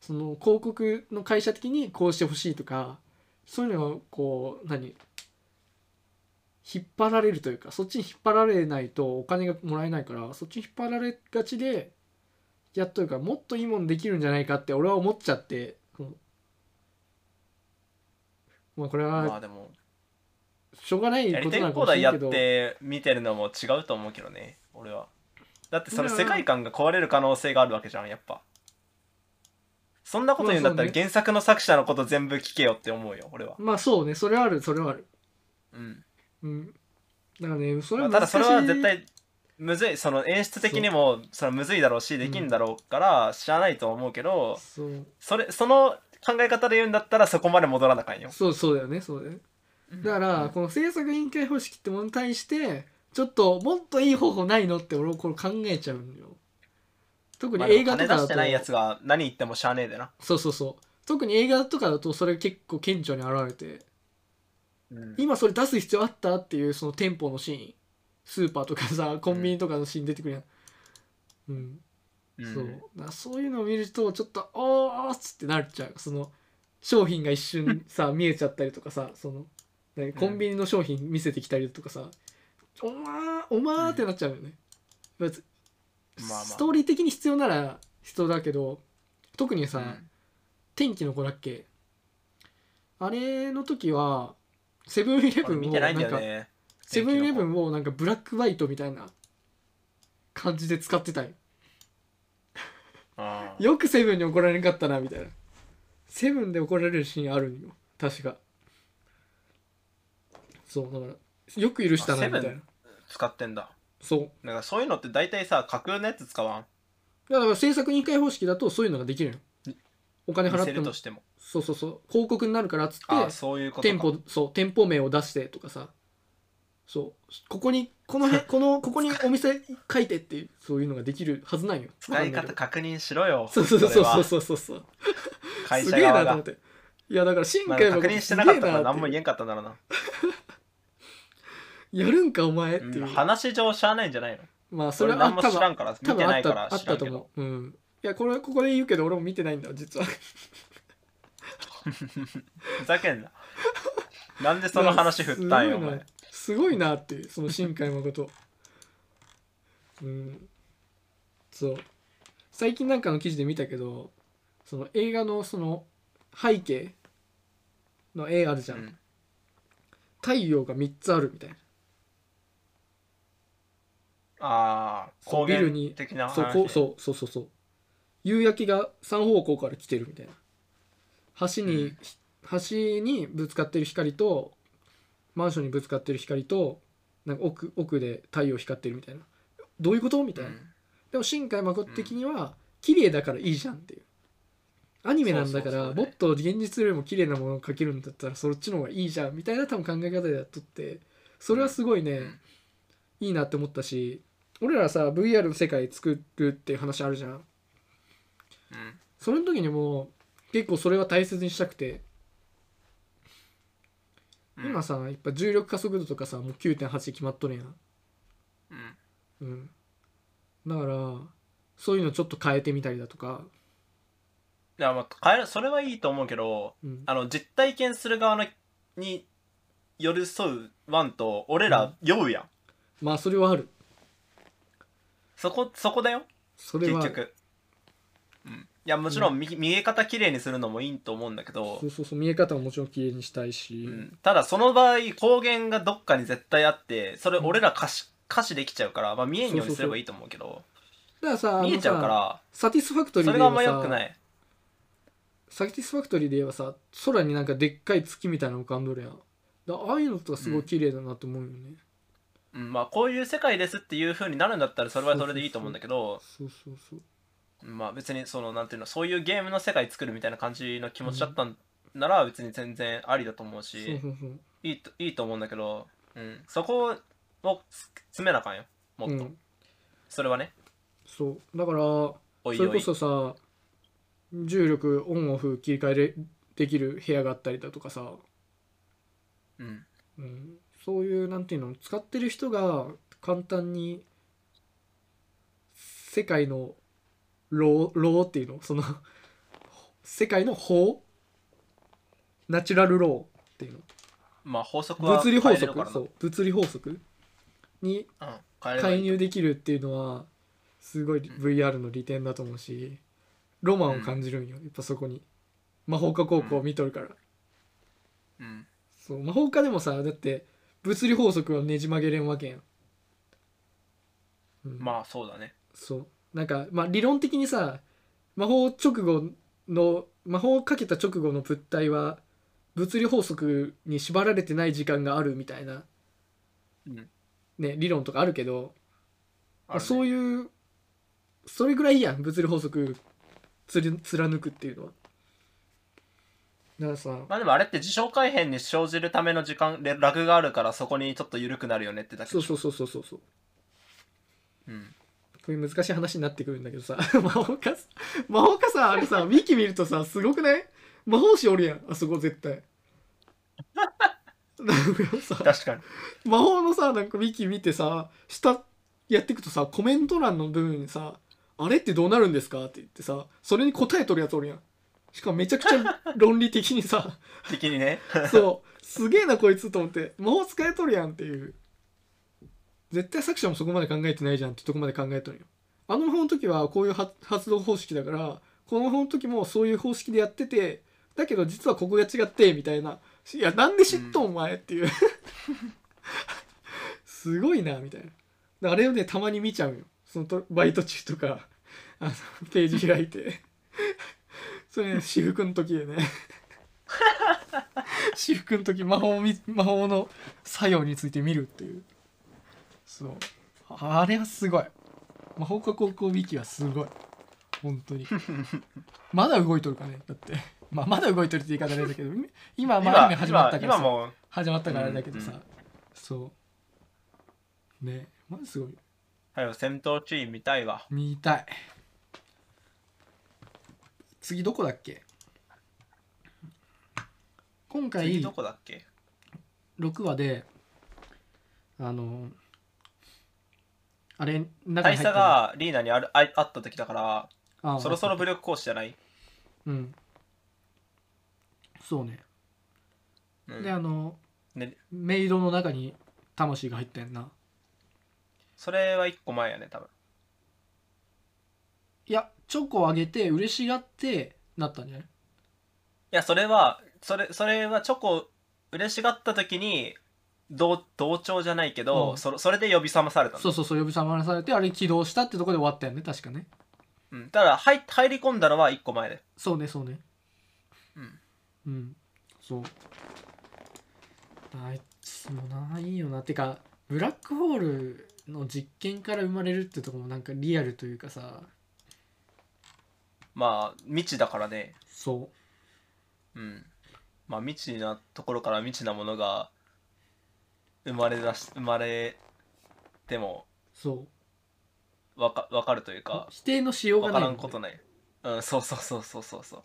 Speaker 2: その広告の会社的にこうしてほしいとかそういうのをこう何引っ張られるというかそっちに引っ張られないとお金がもらえないからそっちに引っ張られがちでやっとるからもっといいもんできるんじゃないかって俺は思っちゃって、うんまあこれ
Speaker 3: ま
Speaker 2: は
Speaker 3: あでも
Speaker 2: しょうがない
Speaker 3: やり
Speaker 2: こと
Speaker 3: た
Speaker 2: ないのかも
Speaker 3: 放
Speaker 2: しれ
Speaker 3: 題
Speaker 2: ん
Speaker 3: や
Speaker 2: け
Speaker 3: っ
Speaker 2: ど
Speaker 3: て見てるのも違うと思うけどね俺はだってそれ
Speaker 2: いや
Speaker 3: 世界観が壊れる可能性があるわけじゃんやっぱそんなこと言うんだった
Speaker 2: まあそ
Speaker 3: ら
Speaker 2: うね
Speaker 3: 原作の作者のこと全部聞けよって思うよ俺は
Speaker 2: まあそうねそれはあるそれはある
Speaker 3: うん
Speaker 2: うんだからねそれ
Speaker 3: ま
Speaker 2: は難
Speaker 3: あただ
Speaker 2: しい、
Speaker 3: それは絶対むずいその演出的にもそれはむずいだろうしできんだろうから知らないと思うけど
Speaker 2: そう
Speaker 3: それその考え方で言うんだったらそこまで戻らなあかんよ
Speaker 2: そうそうだよねそうだよねだか
Speaker 3: う
Speaker 2: ら
Speaker 3: ん
Speaker 2: この制作委員会方式ってものに対してちょっともっといい方法ないのって俺はこれ考えちゃうのよ特に
Speaker 3: まあ
Speaker 2: 映画とか
Speaker 3: 金出
Speaker 2: だ
Speaker 3: して
Speaker 2: と、
Speaker 3: ないやつが何言ってもしゃあねえでな、
Speaker 2: そうそうそう特に映画とかだとそれ結構顕著に現れて
Speaker 3: うん
Speaker 2: 今それ出す必要あったっていうその店舗のシーンスーパーとかさコンビニとかのシーン出てくるやんうん
Speaker 3: うん
Speaker 2: そうだからそういうのを見るとちょっと「あーっつってなっちゃうその商品が一 瞬さ見えちゃったりとかさその何コンビニの商品見せてきたりとかさ「おまーおまー」ってなっちゃうよね、まず
Speaker 3: まあまあ
Speaker 2: ストーリー的に必要なら必要だけど特にさ、
Speaker 3: うん
Speaker 2: 天気の子だっけあれの時はセブンイレブ
Speaker 3: 俺
Speaker 2: ン
Speaker 3: 見
Speaker 2: を
Speaker 3: て
Speaker 2: な
Speaker 3: ない
Speaker 2: ん
Speaker 3: んだよ
Speaker 2: か
Speaker 3: ね
Speaker 2: セブンイレブ
Speaker 3: ン
Speaker 2: ンをなんかブラックホワイトみたいな感じで使ってたよよくセブンに怒られなかったなみたいなセブンで怒られるシーンあるんよ確かそうだからよく許したな
Speaker 3: あ
Speaker 2: みたい
Speaker 3: セ
Speaker 2: な
Speaker 3: ブン使ってんだ
Speaker 2: そう
Speaker 3: なんかそういうのって大体さ架空のやつ使わん
Speaker 2: だから制作委員会方式だとそういうのができるのよお金
Speaker 3: 見
Speaker 2: 払っ
Speaker 3: せ
Speaker 2: て
Speaker 3: る
Speaker 2: も
Speaker 3: としても
Speaker 2: そうそうそう広告になるからっつって
Speaker 3: ああそういうことか
Speaker 2: 店舗そう店舗名を出してとかさそうここにこの辺このここにお店書いてっていうそういうのができるはずなんよ
Speaker 3: 使
Speaker 2: わか
Speaker 3: い
Speaker 2: んな
Speaker 3: 方
Speaker 2: いけど
Speaker 3: 確認しろよ
Speaker 2: そうそうそうそう
Speaker 3: う
Speaker 2: そうそうそう
Speaker 3: 会
Speaker 2: す
Speaker 3: 社
Speaker 2: げえ
Speaker 3: 側
Speaker 2: なと
Speaker 3: が
Speaker 2: 思っていやだから新
Speaker 3: まあ
Speaker 2: 海
Speaker 3: 確
Speaker 2: 誠
Speaker 3: 認してなかったか
Speaker 2: すげえ
Speaker 3: ら
Speaker 2: なっ
Speaker 3: 何
Speaker 2: て
Speaker 3: も言えんかったんだろうな
Speaker 2: やるんかお前っ
Speaker 3: う
Speaker 2: てい
Speaker 3: ん
Speaker 2: う、
Speaker 3: 話上しゃあないんじゃないの
Speaker 2: まあそ
Speaker 3: そ
Speaker 2: れ
Speaker 3: れ
Speaker 2: はあ
Speaker 3: 何も
Speaker 2: 多
Speaker 3: 知ら
Speaker 2: 分
Speaker 3: んから見
Speaker 2: 多
Speaker 3: て
Speaker 2: 分あ
Speaker 3: ない
Speaker 2: っ
Speaker 3: か
Speaker 2: た
Speaker 3: ら
Speaker 2: あっ
Speaker 3: 知
Speaker 2: た
Speaker 3: らん
Speaker 2: と
Speaker 3: けど
Speaker 2: 思ううんいやこれここで言うけど俺も見てないんだわ実は
Speaker 3: ふざけんな。なん でその話振ったんよ、お前。
Speaker 2: すごいなすごいなっていうその新海誠 うんそう最近なんかの記事で見たけどその映画のその背景の絵あるじゃん、
Speaker 3: うん
Speaker 2: 太陽が3つあるみたいな
Speaker 3: ああ、
Speaker 2: そう
Speaker 3: 光
Speaker 2: ビルに
Speaker 3: 源的な話。
Speaker 2: そうこうそうそうそうそう夕焼けが3方向から来てるみたいな橋に、
Speaker 3: うん
Speaker 2: 橋にぶつかってる光とマンションにぶつかってる光となんか奥奥で太陽光ってるみたいなどういうことみたいな、
Speaker 3: うん
Speaker 2: でも新海誠的には綺麗だからいいじゃんっていうアニメなんだか
Speaker 3: そう
Speaker 2: ら
Speaker 3: そうそう
Speaker 2: も
Speaker 3: ね
Speaker 2: っと現実よりも綺麗なものを描けるんだったらそっちの方がいいじゃんみたいな多分考え方でやっとってそれはすごいね、
Speaker 3: うん
Speaker 2: いいなって思ったし俺らさ VR の世界作るっていう話あるじゃん
Speaker 3: うん
Speaker 2: その時にも結構それは大切にしたくて
Speaker 3: うん
Speaker 2: 今さやっぱ重力加速度とかさもう9.8決まっとるやん
Speaker 3: うん
Speaker 2: うんだからそういうのちょっと変えてみたりだとか
Speaker 3: いやまあ変えるそれはいいと思うけど
Speaker 2: うん
Speaker 3: あの実体験する側のに寄り添うワンと俺ら酔うやん、
Speaker 2: まあそれはある
Speaker 3: そこそこだよ
Speaker 2: それ
Speaker 3: 結
Speaker 2: はある
Speaker 3: 局、うん、いやもちろん見,、見え方綺麗にするのもいいと思うんだけど
Speaker 2: そ、うそうそう見え方ももちろん綺麗にしたいし、
Speaker 3: うん、ただその場合光源がどっかに絶対あってそれ俺ら可視可視できちゃうから、まあ、見えんようにすればいいと思うけど
Speaker 2: だからさ
Speaker 3: 見えちゃうか
Speaker 2: あのさ
Speaker 3: ら
Speaker 2: サティスファクトリ
Speaker 3: そ
Speaker 2: ーで
Speaker 3: れ
Speaker 2: 言
Speaker 3: があ
Speaker 2: え
Speaker 3: んま良く
Speaker 2: ば
Speaker 3: な
Speaker 2: さ
Speaker 3: い
Speaker 2: サティスファクトリーで言えばさ空になんかでっかい月みたいなの浮かんどるやんだからああいうのとかすごい綺麗だなと思うよね、
Speaker 3: うんまあ、こういう世界ですっていう風になるんだったらそれはそれでいいと思うんだけど
Speaker 2: そうそうそう
Speaker 3: まあ別にそのなんていうのそういうゲームの世界作るみたいな感じの気持ちだったんなら別に全然ありだと思う
Speaker 2: そ
Speaker 3: し、
Speaker 2: うそうそう
Speaker 3: いいといいと思うんだけど、うん、そこをつ詰めなあかんよもっと、
Speaker 2: うん
Speaker 3: それはね
Speaker 2: そうだから
Speaker 3: おい
Speaker 2: それ
Speaker 3: お
Speaker 2: こ
Speaker 3: い
Speaker 2: そさ重力オンオフ切り替えれできる部屋があったりだとかさ、
Speaker 3: うん
Speaker 2: うん、そういうなんていうの使ってる人が簡単に世界のローローっていうのその世界の法ナチュラルローっていう
Speaker 3: まあ法則
Speaker 2: の
Speaker 3: は
Speaker 2: 物理
Speaker 3: 変
Speaker 2: 法
Speaker 3: えれる
Speaker 2: 則
Speaker 3: からな
Speaker 2: そう物理法則に
Speaker 3: うん、変えればい
Speaker 2: 介
Speaker 3: い
Speaker 2: 入できるっていうのはすごい VR の利点だと思うしロマンを感じるんよやっぱそこに魔法科高校を見とるから、
Speaker 3: うん
Speaker 2: そう魔法科でもさだって物理法則はねじ曲げれんわけやん、うん、
Speaker 3: まあそうだね
Speaker 2: そうなんかまあ理論的にさ魔法直後の魔法をかけた直後の物体は物理法則に縛られてない時間があるみたいな、
Speaker 3: うん
Speaker 2: ね、理論とかあるけどまあ
Speaker 3: あるね
Speaker 2: そういうそれぐらいやん物理法則つり貫くっていうのはだからさ、
Speaker 3: まあでもあれって事象改変に生じるための時間でラグがあるからそこにちょっと緩くなるよねってだけ
Speaker 2: そう
Speaker 3: でしょ
Speaker 2: そうそうそうそうそう
Speaker 3: うん
Speaker 2: こういう難しい話になってくるんだけどさ 魔法か魔法かさあれさウィキ見るとさすごくない魔法師おるやんあそこ絶対 なんかさ
Speaker 3: 確かに
Speaker 2: 魔法のさなんかウィキ見てさ下やっていくとさコメント欄の部分にさ「あれってどうなるんですか?」って言ってさそれに答えとるやつおるやんしかもめちゃくちゃ論理的にさ
Speaker 3: 的にね
Speaker 2: そうすげえなこいつと思って魔法使えとるやんっていう絶対作者もそこまで考えてないじゃんってとこまで考えとるよあの魔法の時はこういう発発動方式だからこの魔法の時もそういう方式でやっててだけど実はここが違ってみたいないやなんで知っとんお前っていうすごいなみたいなであれをねたまに見ちゃうよそのとバイト中とかあのページ開いてそれね私服の時でね私服の時魔法を見魔法の作用について見るっていうそうあれはすごい魔法科高校ウィキはすごい本 当にまだ動いとるかねだって まあまだ動いとるって言い方あれだけど今はま あアニメ
Speaker 3: 今
Speaker 2: 始まっ
Speaker 3: 今
Speaker 2: たから
Speaker 3: 今
Speaker 2: さ
Speaker 3: も
Speaker 2: 始まったからあれだけどさ、
Speaker 3: うんう
Speaker 2: そうねマジすごい
Speaker 3: はよ戦闘チーム見たいわ
Speaker 2: 見たい次どこだっけ今
Speaker 3: 次
Speaker 2: 回
Speaker 3: どこだっけ
Speaker 2: 6話であのあれ中に
Speaker 3: 大
Speaker 2: 入った
Speaker 3: 佐がリーナにあるああった時だから
Speaker 2: あ
Speaker 3: そろそろ武力行使じゃない
Speaker 2: うんそうね、
Speaker 3: うん
Speaker 2: であの
Speaker 3: で
Speaker 2: メイドの中に魂が入ってんな
Speaker 3: それは一個前やね多分
Speaker 2: いやチョコをあげて嬉しがってなったんじゃない
Speaker 3: いやそれはそれそれはチョコ嬉しがった時に同同調じゃないけど、
Speaker 2: うん
Speaker 3: そそれで呼び覚まされたの
Speaker 2: そうそうそう呼び覚まされてあれ起動したってとこで終わったよね確かね
Speaker 3: うん、ただ入入り込んだのは一個前で
Speaker 2: そうねそうね
Speaker 3: うん
Speaker 2: うんそうあいつもないいよなてかブラックホールの実験から生まれるってとこもなんかリアルというかさ
Speaker 3: まあ未知だからね
Speaker 2: そ
Speaker 3: うんまあ未知なところから未知なものが生まれだし生まれても
Speaker 2: うそう
Speaker 3: わかわかるというか
Speaker 2: 否定のしようが
Speaker 3: わ
Speaker 2: な
Speaker 3: か
Speaker 2: い
Speaker 3: らんことない、うん、そうそうそうそうそうそ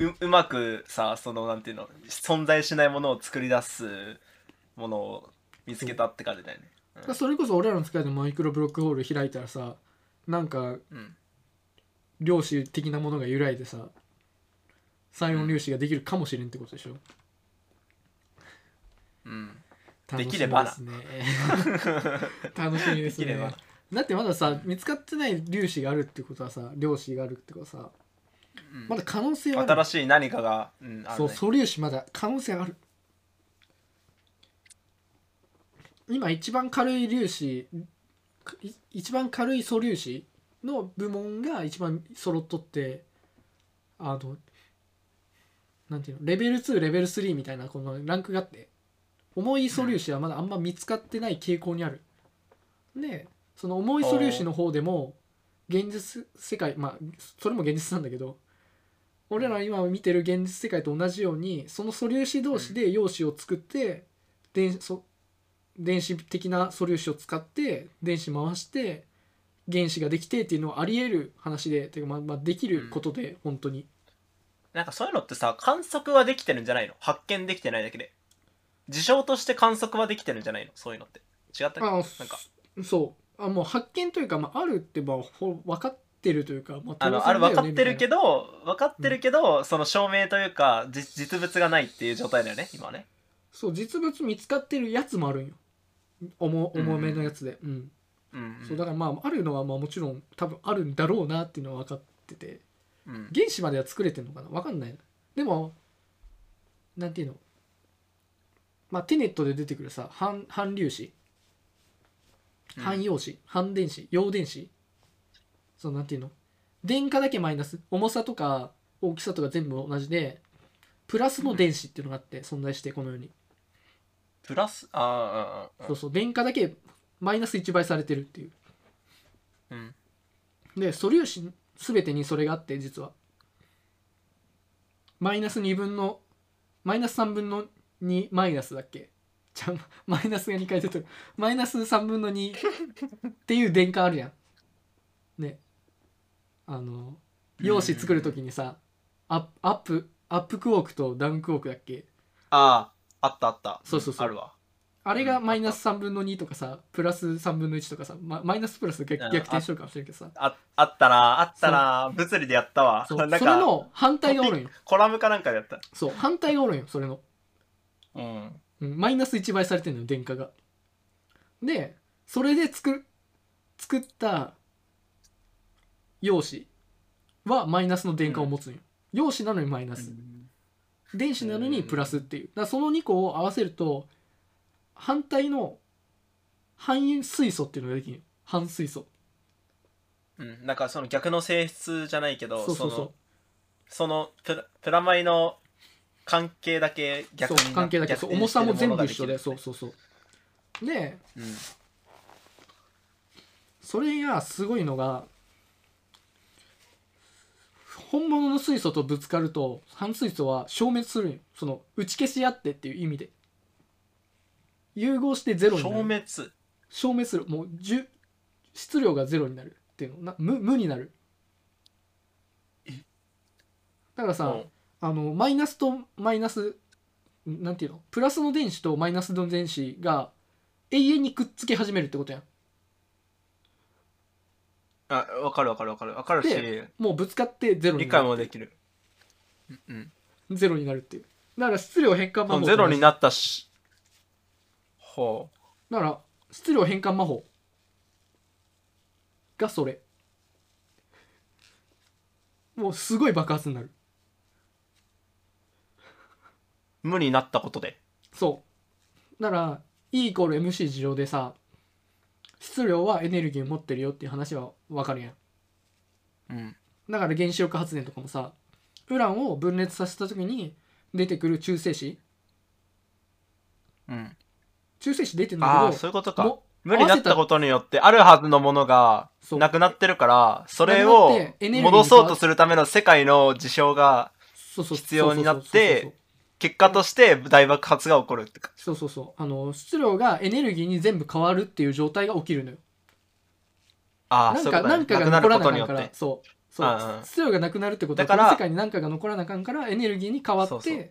Speaker 3: うううまくさそのなんていうの存在しないものを作り出すものを見つけたって感じだよね
Speaker 2: だからそれこそ俺らの使いのマイクロブロックホール開いたらさなんか
Speaker 3: うん
Speaker 2: 量子的なものが由来でさ三四粒子ができるかもしれんってことでしょ
Speaker 3: うん
Speaker 2: 楽しみ
Speaker 3: できればな
Speaker 2: ですね 楽しみです
Speaker 3: できれば
Speaker 2: ね
Speaker 3: な
Speaker 2: だってまださ見つかってない粒子があるってことはさ量子があるってことはさ
Speaker 3: うん
Speaker 2: まだ可能性はある
Speaker 3: 新しい何かが、うん、ある
Speaker 2: そう
Speaker 3: ね
Speaker 2: 素粒子まだ可能性ある今一番軽い粒子い一番軽い素粒子の部門が一番揃っとってあのなんていうのレベル2レベル3みたいなこのランクがあって重い素粒子はまだあんま見つかってない傾向にある、でその重い素粒子の方でも現実世界まあそれも現実なんだけど俺ら今見てる現実世界と同じようにその素粒子同士で陽子を作って、電そ電子的な素粒子を使って電子回して原子ができてっていうのはあり得る話でてかまあまあできることで本当に
Speaker 3: なんかそういうのってさ観測はできてるんじゃないの発見できてないだけで事象として観測はできてるんじゃないのそういうのって違ったっけ
Speaker 2: あ
Speaker 3: なんか
Speaker 2: そうあもう発見というか、まあ、あるってばほ分かってるというか、まあ、
Speaker 3: あの
Speaker 2: 当
Speaker 3: あ
Speaker 2: 然
Speaker 3: れ
Speaker 2: だよね
Speaker 3: 分かってるけ
Speaker 2: み
Speaker 3: ど分かってるけど、その証明というかじ実物がないっていう状態だよね今はね
Speaker 2: たいなそう実物見つかってるやつもあるんよ重重めのやつで、うん
Speaker 3: うんうん
Speaker 2: そうだからまああるのはまあもちろん多分あるんだろうなっていうのは分かってて
Speaker 3: うん
Speaker 2: 原子までは作れてるのかな分かんないなでもなんていうのまあテネットで出てくるさ半半粒子
Speaker 3: うん
Speaker 2: 半陽子、半電子陽電子そのなんていうの電荷だけマイナス重さとか大きさとか全部同じでプラスの電子っていうのがあって存在してこのように、
Speaker 3: プラスああ
Speaker 2: そうそう電荷だけマイナス1倍されてるっていう
Speaker 3: うんうん
Speaker 2: で素粒子全てにそれがあって実はマイナス2分のマイナス3分の2マイナスだっけじゃあマイナスが2回出てるマイナス3分の2っていう電荷あるやんねあの用紙作る時にさアップアップアップクォークとダウンクォークだっけ
Speaker 3: あああったあった
Speaker 2: そうそうそうん
Speaker 3: あるわ
Speaker 2: あれがマイナス3分の2とかさプラス3分の1とかさ、まマイナスプラスで逆逆転しようかもしれんけどさ
Speaker 3: ああったなあったな物理でやったわ
Speaker 2: そう
Speaker 3: なんか
Speaker 2: それの反対がおるんよ
Speaker 3: コラムかなんかでやった
Speaker 2: そう反対がおるんよそれの
Speaker 3: うん
Speaker 2: うんマイナス1倍されてるのよ電荷がでそれで作る作った陽子はマイナスの電荷を持つんよ、陽子なのにマイナス、電子なのにプラスっていうだからその2個を合わせると反対の半水素っていうのができるよ半水素
Speaker 3: うん、なんかその逆の性質じゃないけど
Speaker 2: そうそう
Speaker 3: その
Speaker 2: そ
Speaker 3: そのプラプラマイの関係だけ
Speaker 2: う
Speaker 3: 逆
Speaker 2: そう
Speaker 3: にな
Speaker 2: 関係だけ
Speaker 3: 逆
Speaker 2: そう
Speaker 3: 転
Speaker 2: 重
Speaker 3: して
Speaker 2: さ
Speaker 3: る
Speaker 2: も全
Speaker 3: のが
Speaker 2: 部
Speaker 3: き
Speaker 2: 一緒
Speaker 3: る
Speaker 2: でそうそうそうで
Speaker 3: うん
Speaker 2: それがすごいのが本物の水素とぶつかると反水素は消滅するんよその打ち消し合ってっていう意味で融合してゼロになる
Speaker 3: 消滅
Speaker 2: 消滅するもうじゅ質量がゼロになるっていうのな無無になるだからさ、
Speaker 3: うん
Speaker 2: あのマイナスとマイナスんなんていうのプラスの電子とマイナスの電子が永遠にくっつけ始めるってことやん
Speaker 3: あわかるわかるわかるわかるし
Speaker 2: でもうぶつかってゼロに
Speaker 3: 理
Speaker 2: な
Speaker 3: 解
Speaker 2: る
Speaker 3: もできるうん
Speaker 2: ゼロになるっていうだから質量変換魔
Speaker 3: そ
Speaker 2: 法
Speaker 3: のゼロにな
Speaker 2: っ
Speaker 3: ったしほう
Speaker 2: だから質量変換魔法がそれもうすごい爆発になる
Speaker 3: 無になったことで
Speaker 2: そうだから E イコール MC 事乗でさ質量はエネルギーを持ってるよっていう話はわかるやん
Speaker 3: うん
Speaker 2: だから原子力発電とかもさウランを分裂させた時に出てくる中性子
Speaker 3: うん
Speaker 2: 中性子出てん
Speaker 3: ああ
Speaker 2: だ
Speaker 3: ー
Speaker 2: け
Speaker 3: そ
Speaker 2: ど
Speaker 3: ういうことか
Speaker 2: も
Speaker 3: 無になったことによってあるはずのものが
Speaker 2: そう
Speaker 3: なくなってるからそれ
Speaker 2: なく
Speaker 3: を
Speaker 2: なってエネルギーに変わ
Speaker 3: 戻そうとするための世界の事象が
Speaker 2: そうそう
Speaker 3: 必要になって結果として大爆発が起こるってか
Speaker 2: そうそうそうそうそうそうあの質量がエネルギーに全部変わるっていう状態が起きるのよ
Speaker 3: ああ
Speaker 2: なん
Speaker 3: そうい
Speaker 2: か
Speaker 3: うこと
Speaker 2: なん
Speaker 3: ね
Speaker 2: か
Speaker 3: な
Speaker 2: が
Speaker 3: くな
Speaker 2: 残
Speaker 3: る
Speaker 2: ら
Speaker 3: こ
Speaker 2: なあかんか
Speaker 3: とによっ
Speaker 2: ら
Speaker 3: て
Speaker 2: そう
Speaker 3: うん
Speaker 2: そう
Speaker 3: うん
Speaker 2: 質量がなくなるってことは
Speaker 3: だか
Speaker 2: こ
Speaker 3: ら
Speaker 2: の世界に何かが残らなあかんからエネルギーに変わって
Speaker 3: そうそう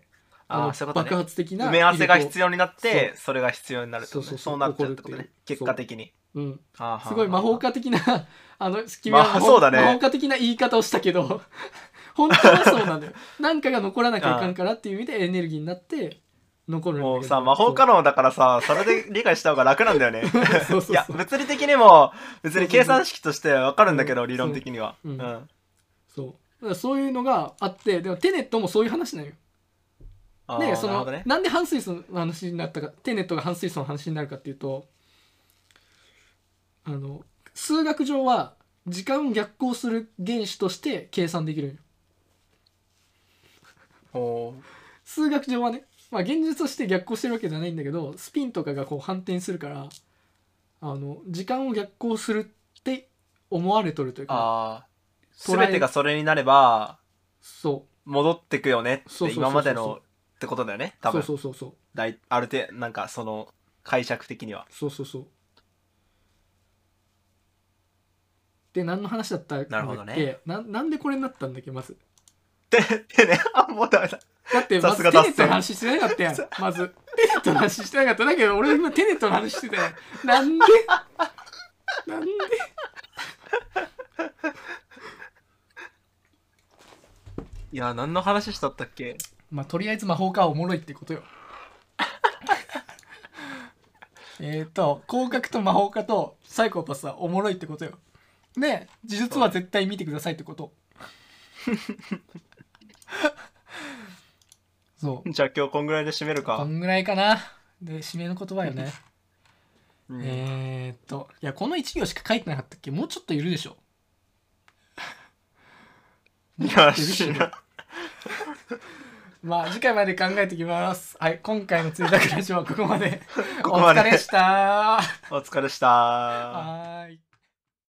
Speaker 2: あ
Speaker 3: あ
Speaker 2: の
Speaker 3: あそういうこと
Speaker 2: 爆
Speaker 3: ね
Speaker 2: 発的な
Speaker 3: 埋め合わせが必
Speaker 2: 要、
Speaker 3: 要になってそれが必要になるってこと
Speaker 2: そうそう
Speaker 3: ね
Speaker 2: そう
Speaker 3: そうなっちゃうってこと
Speaker 2: 起こるっ
Speaker 3: ね
Speaker 2: ていう
Speaker 3: 結果的に
Speaker 2: うん、
Speaker 3: あー
Speaker 2: すごい魔法家的な あの君
Speaker 3: ま
Speaker 2: は
Speaker 3: あ
Speaker 2: 魔法,、
Speaker 3: そうだね
Speaker 2: 魔法家的な言い方をしたけど 本当はそう なんだよ何かが残らなきゃいかんからっていう意味でエネルギーになって残るんだけど
Speaker 3: もうさ魔法可能だからさそれで理解した方が楽なんだよ ね
Speaker 2: そうそうそうそう
Speaker 3: いや物理的にも別に計算式としてわかるんだけど理論的には
Speaker 2: うん
Speaker 3: うん
Speaker 2: そうだからそういうのがあってでもテネットもそういう話なのよ
Speaker 3: あー
Speaker 2: でそ
Speaker 3: なる
Speaker 2: の
Speaker 3: ほど
Speaker 2: な,、
Speaker 3: ね
Speaker 2: んで反水素の話になったかテネットが反水素の話になるかっていうとあの数学上は時間を逆行する原子として計算できるんよ
Speaker 3: ほ
Speaker 2: 数学上はね、まあ、現実として逆行してるわけじゃないんだけどスピンとかがこう反転するからあの時間を逆行するって思われとるという
Speaker 3: う
Speaker 2: か
Speaker 3: ああ
Speaker 2: 捉え
Speaker 3: 全てがそれになれば
Speaker 2: そ
Speaker 3: 戻ってくよねっ
Speaker 2: そうそうそう
Speaker 3: て
Speaker 2: そう
Speaker 3: 今までのってことだよね
Speaker 2: う
Speaker 3: 多
Speaker 2: そう
Speaker 3: 分
Speaker 2: そうそうそう
Speaker 3: だいある程度なんかその解釈的には
Speaker 2: そうそうそうで何の話だったんだっけ
Speaker 3: なるほどね
Speaker 2: ななんでこれになったんだっけまず
Speaker 3: でねあもうダメだ
Speaker 2: だってまず
Speaker 3: さ
Speaker 2: テ
Speaker 3: すが
Speaker 2: ネ
Speaker 3: 脱
Speaker 2: ットの話してなかったやんまずテネットの話してなかっただけど俺今テネットの話してたやんなんでなんで
Speaker 3: いや何の話したったっけ
Speaker 2: まあとりあえず魔法科はおもろいってことよ えっと広角と魔法科とサイコパスはおもろいってことよで呪術は絶対見てくださいってこと そう
Speaker 3: じゃあ今日こんぐらいで締める
Speaker 2: こ
Speaker 3: か、
Speaker 2: んぐらいかなで締めの言葉よね
Speaker 3: うん
Speaker 2: えーっといやこの1行しか書いてなかったっけもうちょっといるでしょ
Speaker 3: いや
Speaker 2: てるし
Speaker 3: 知らん
Speaker 2: まあ次回まで考えてきますはい今回の「つ いたくラジオ」はここまで
Speaker 3: ここまで
Speaker 2: お疲れでした
Speaker 3: お疲れした
Speaker 2: はーい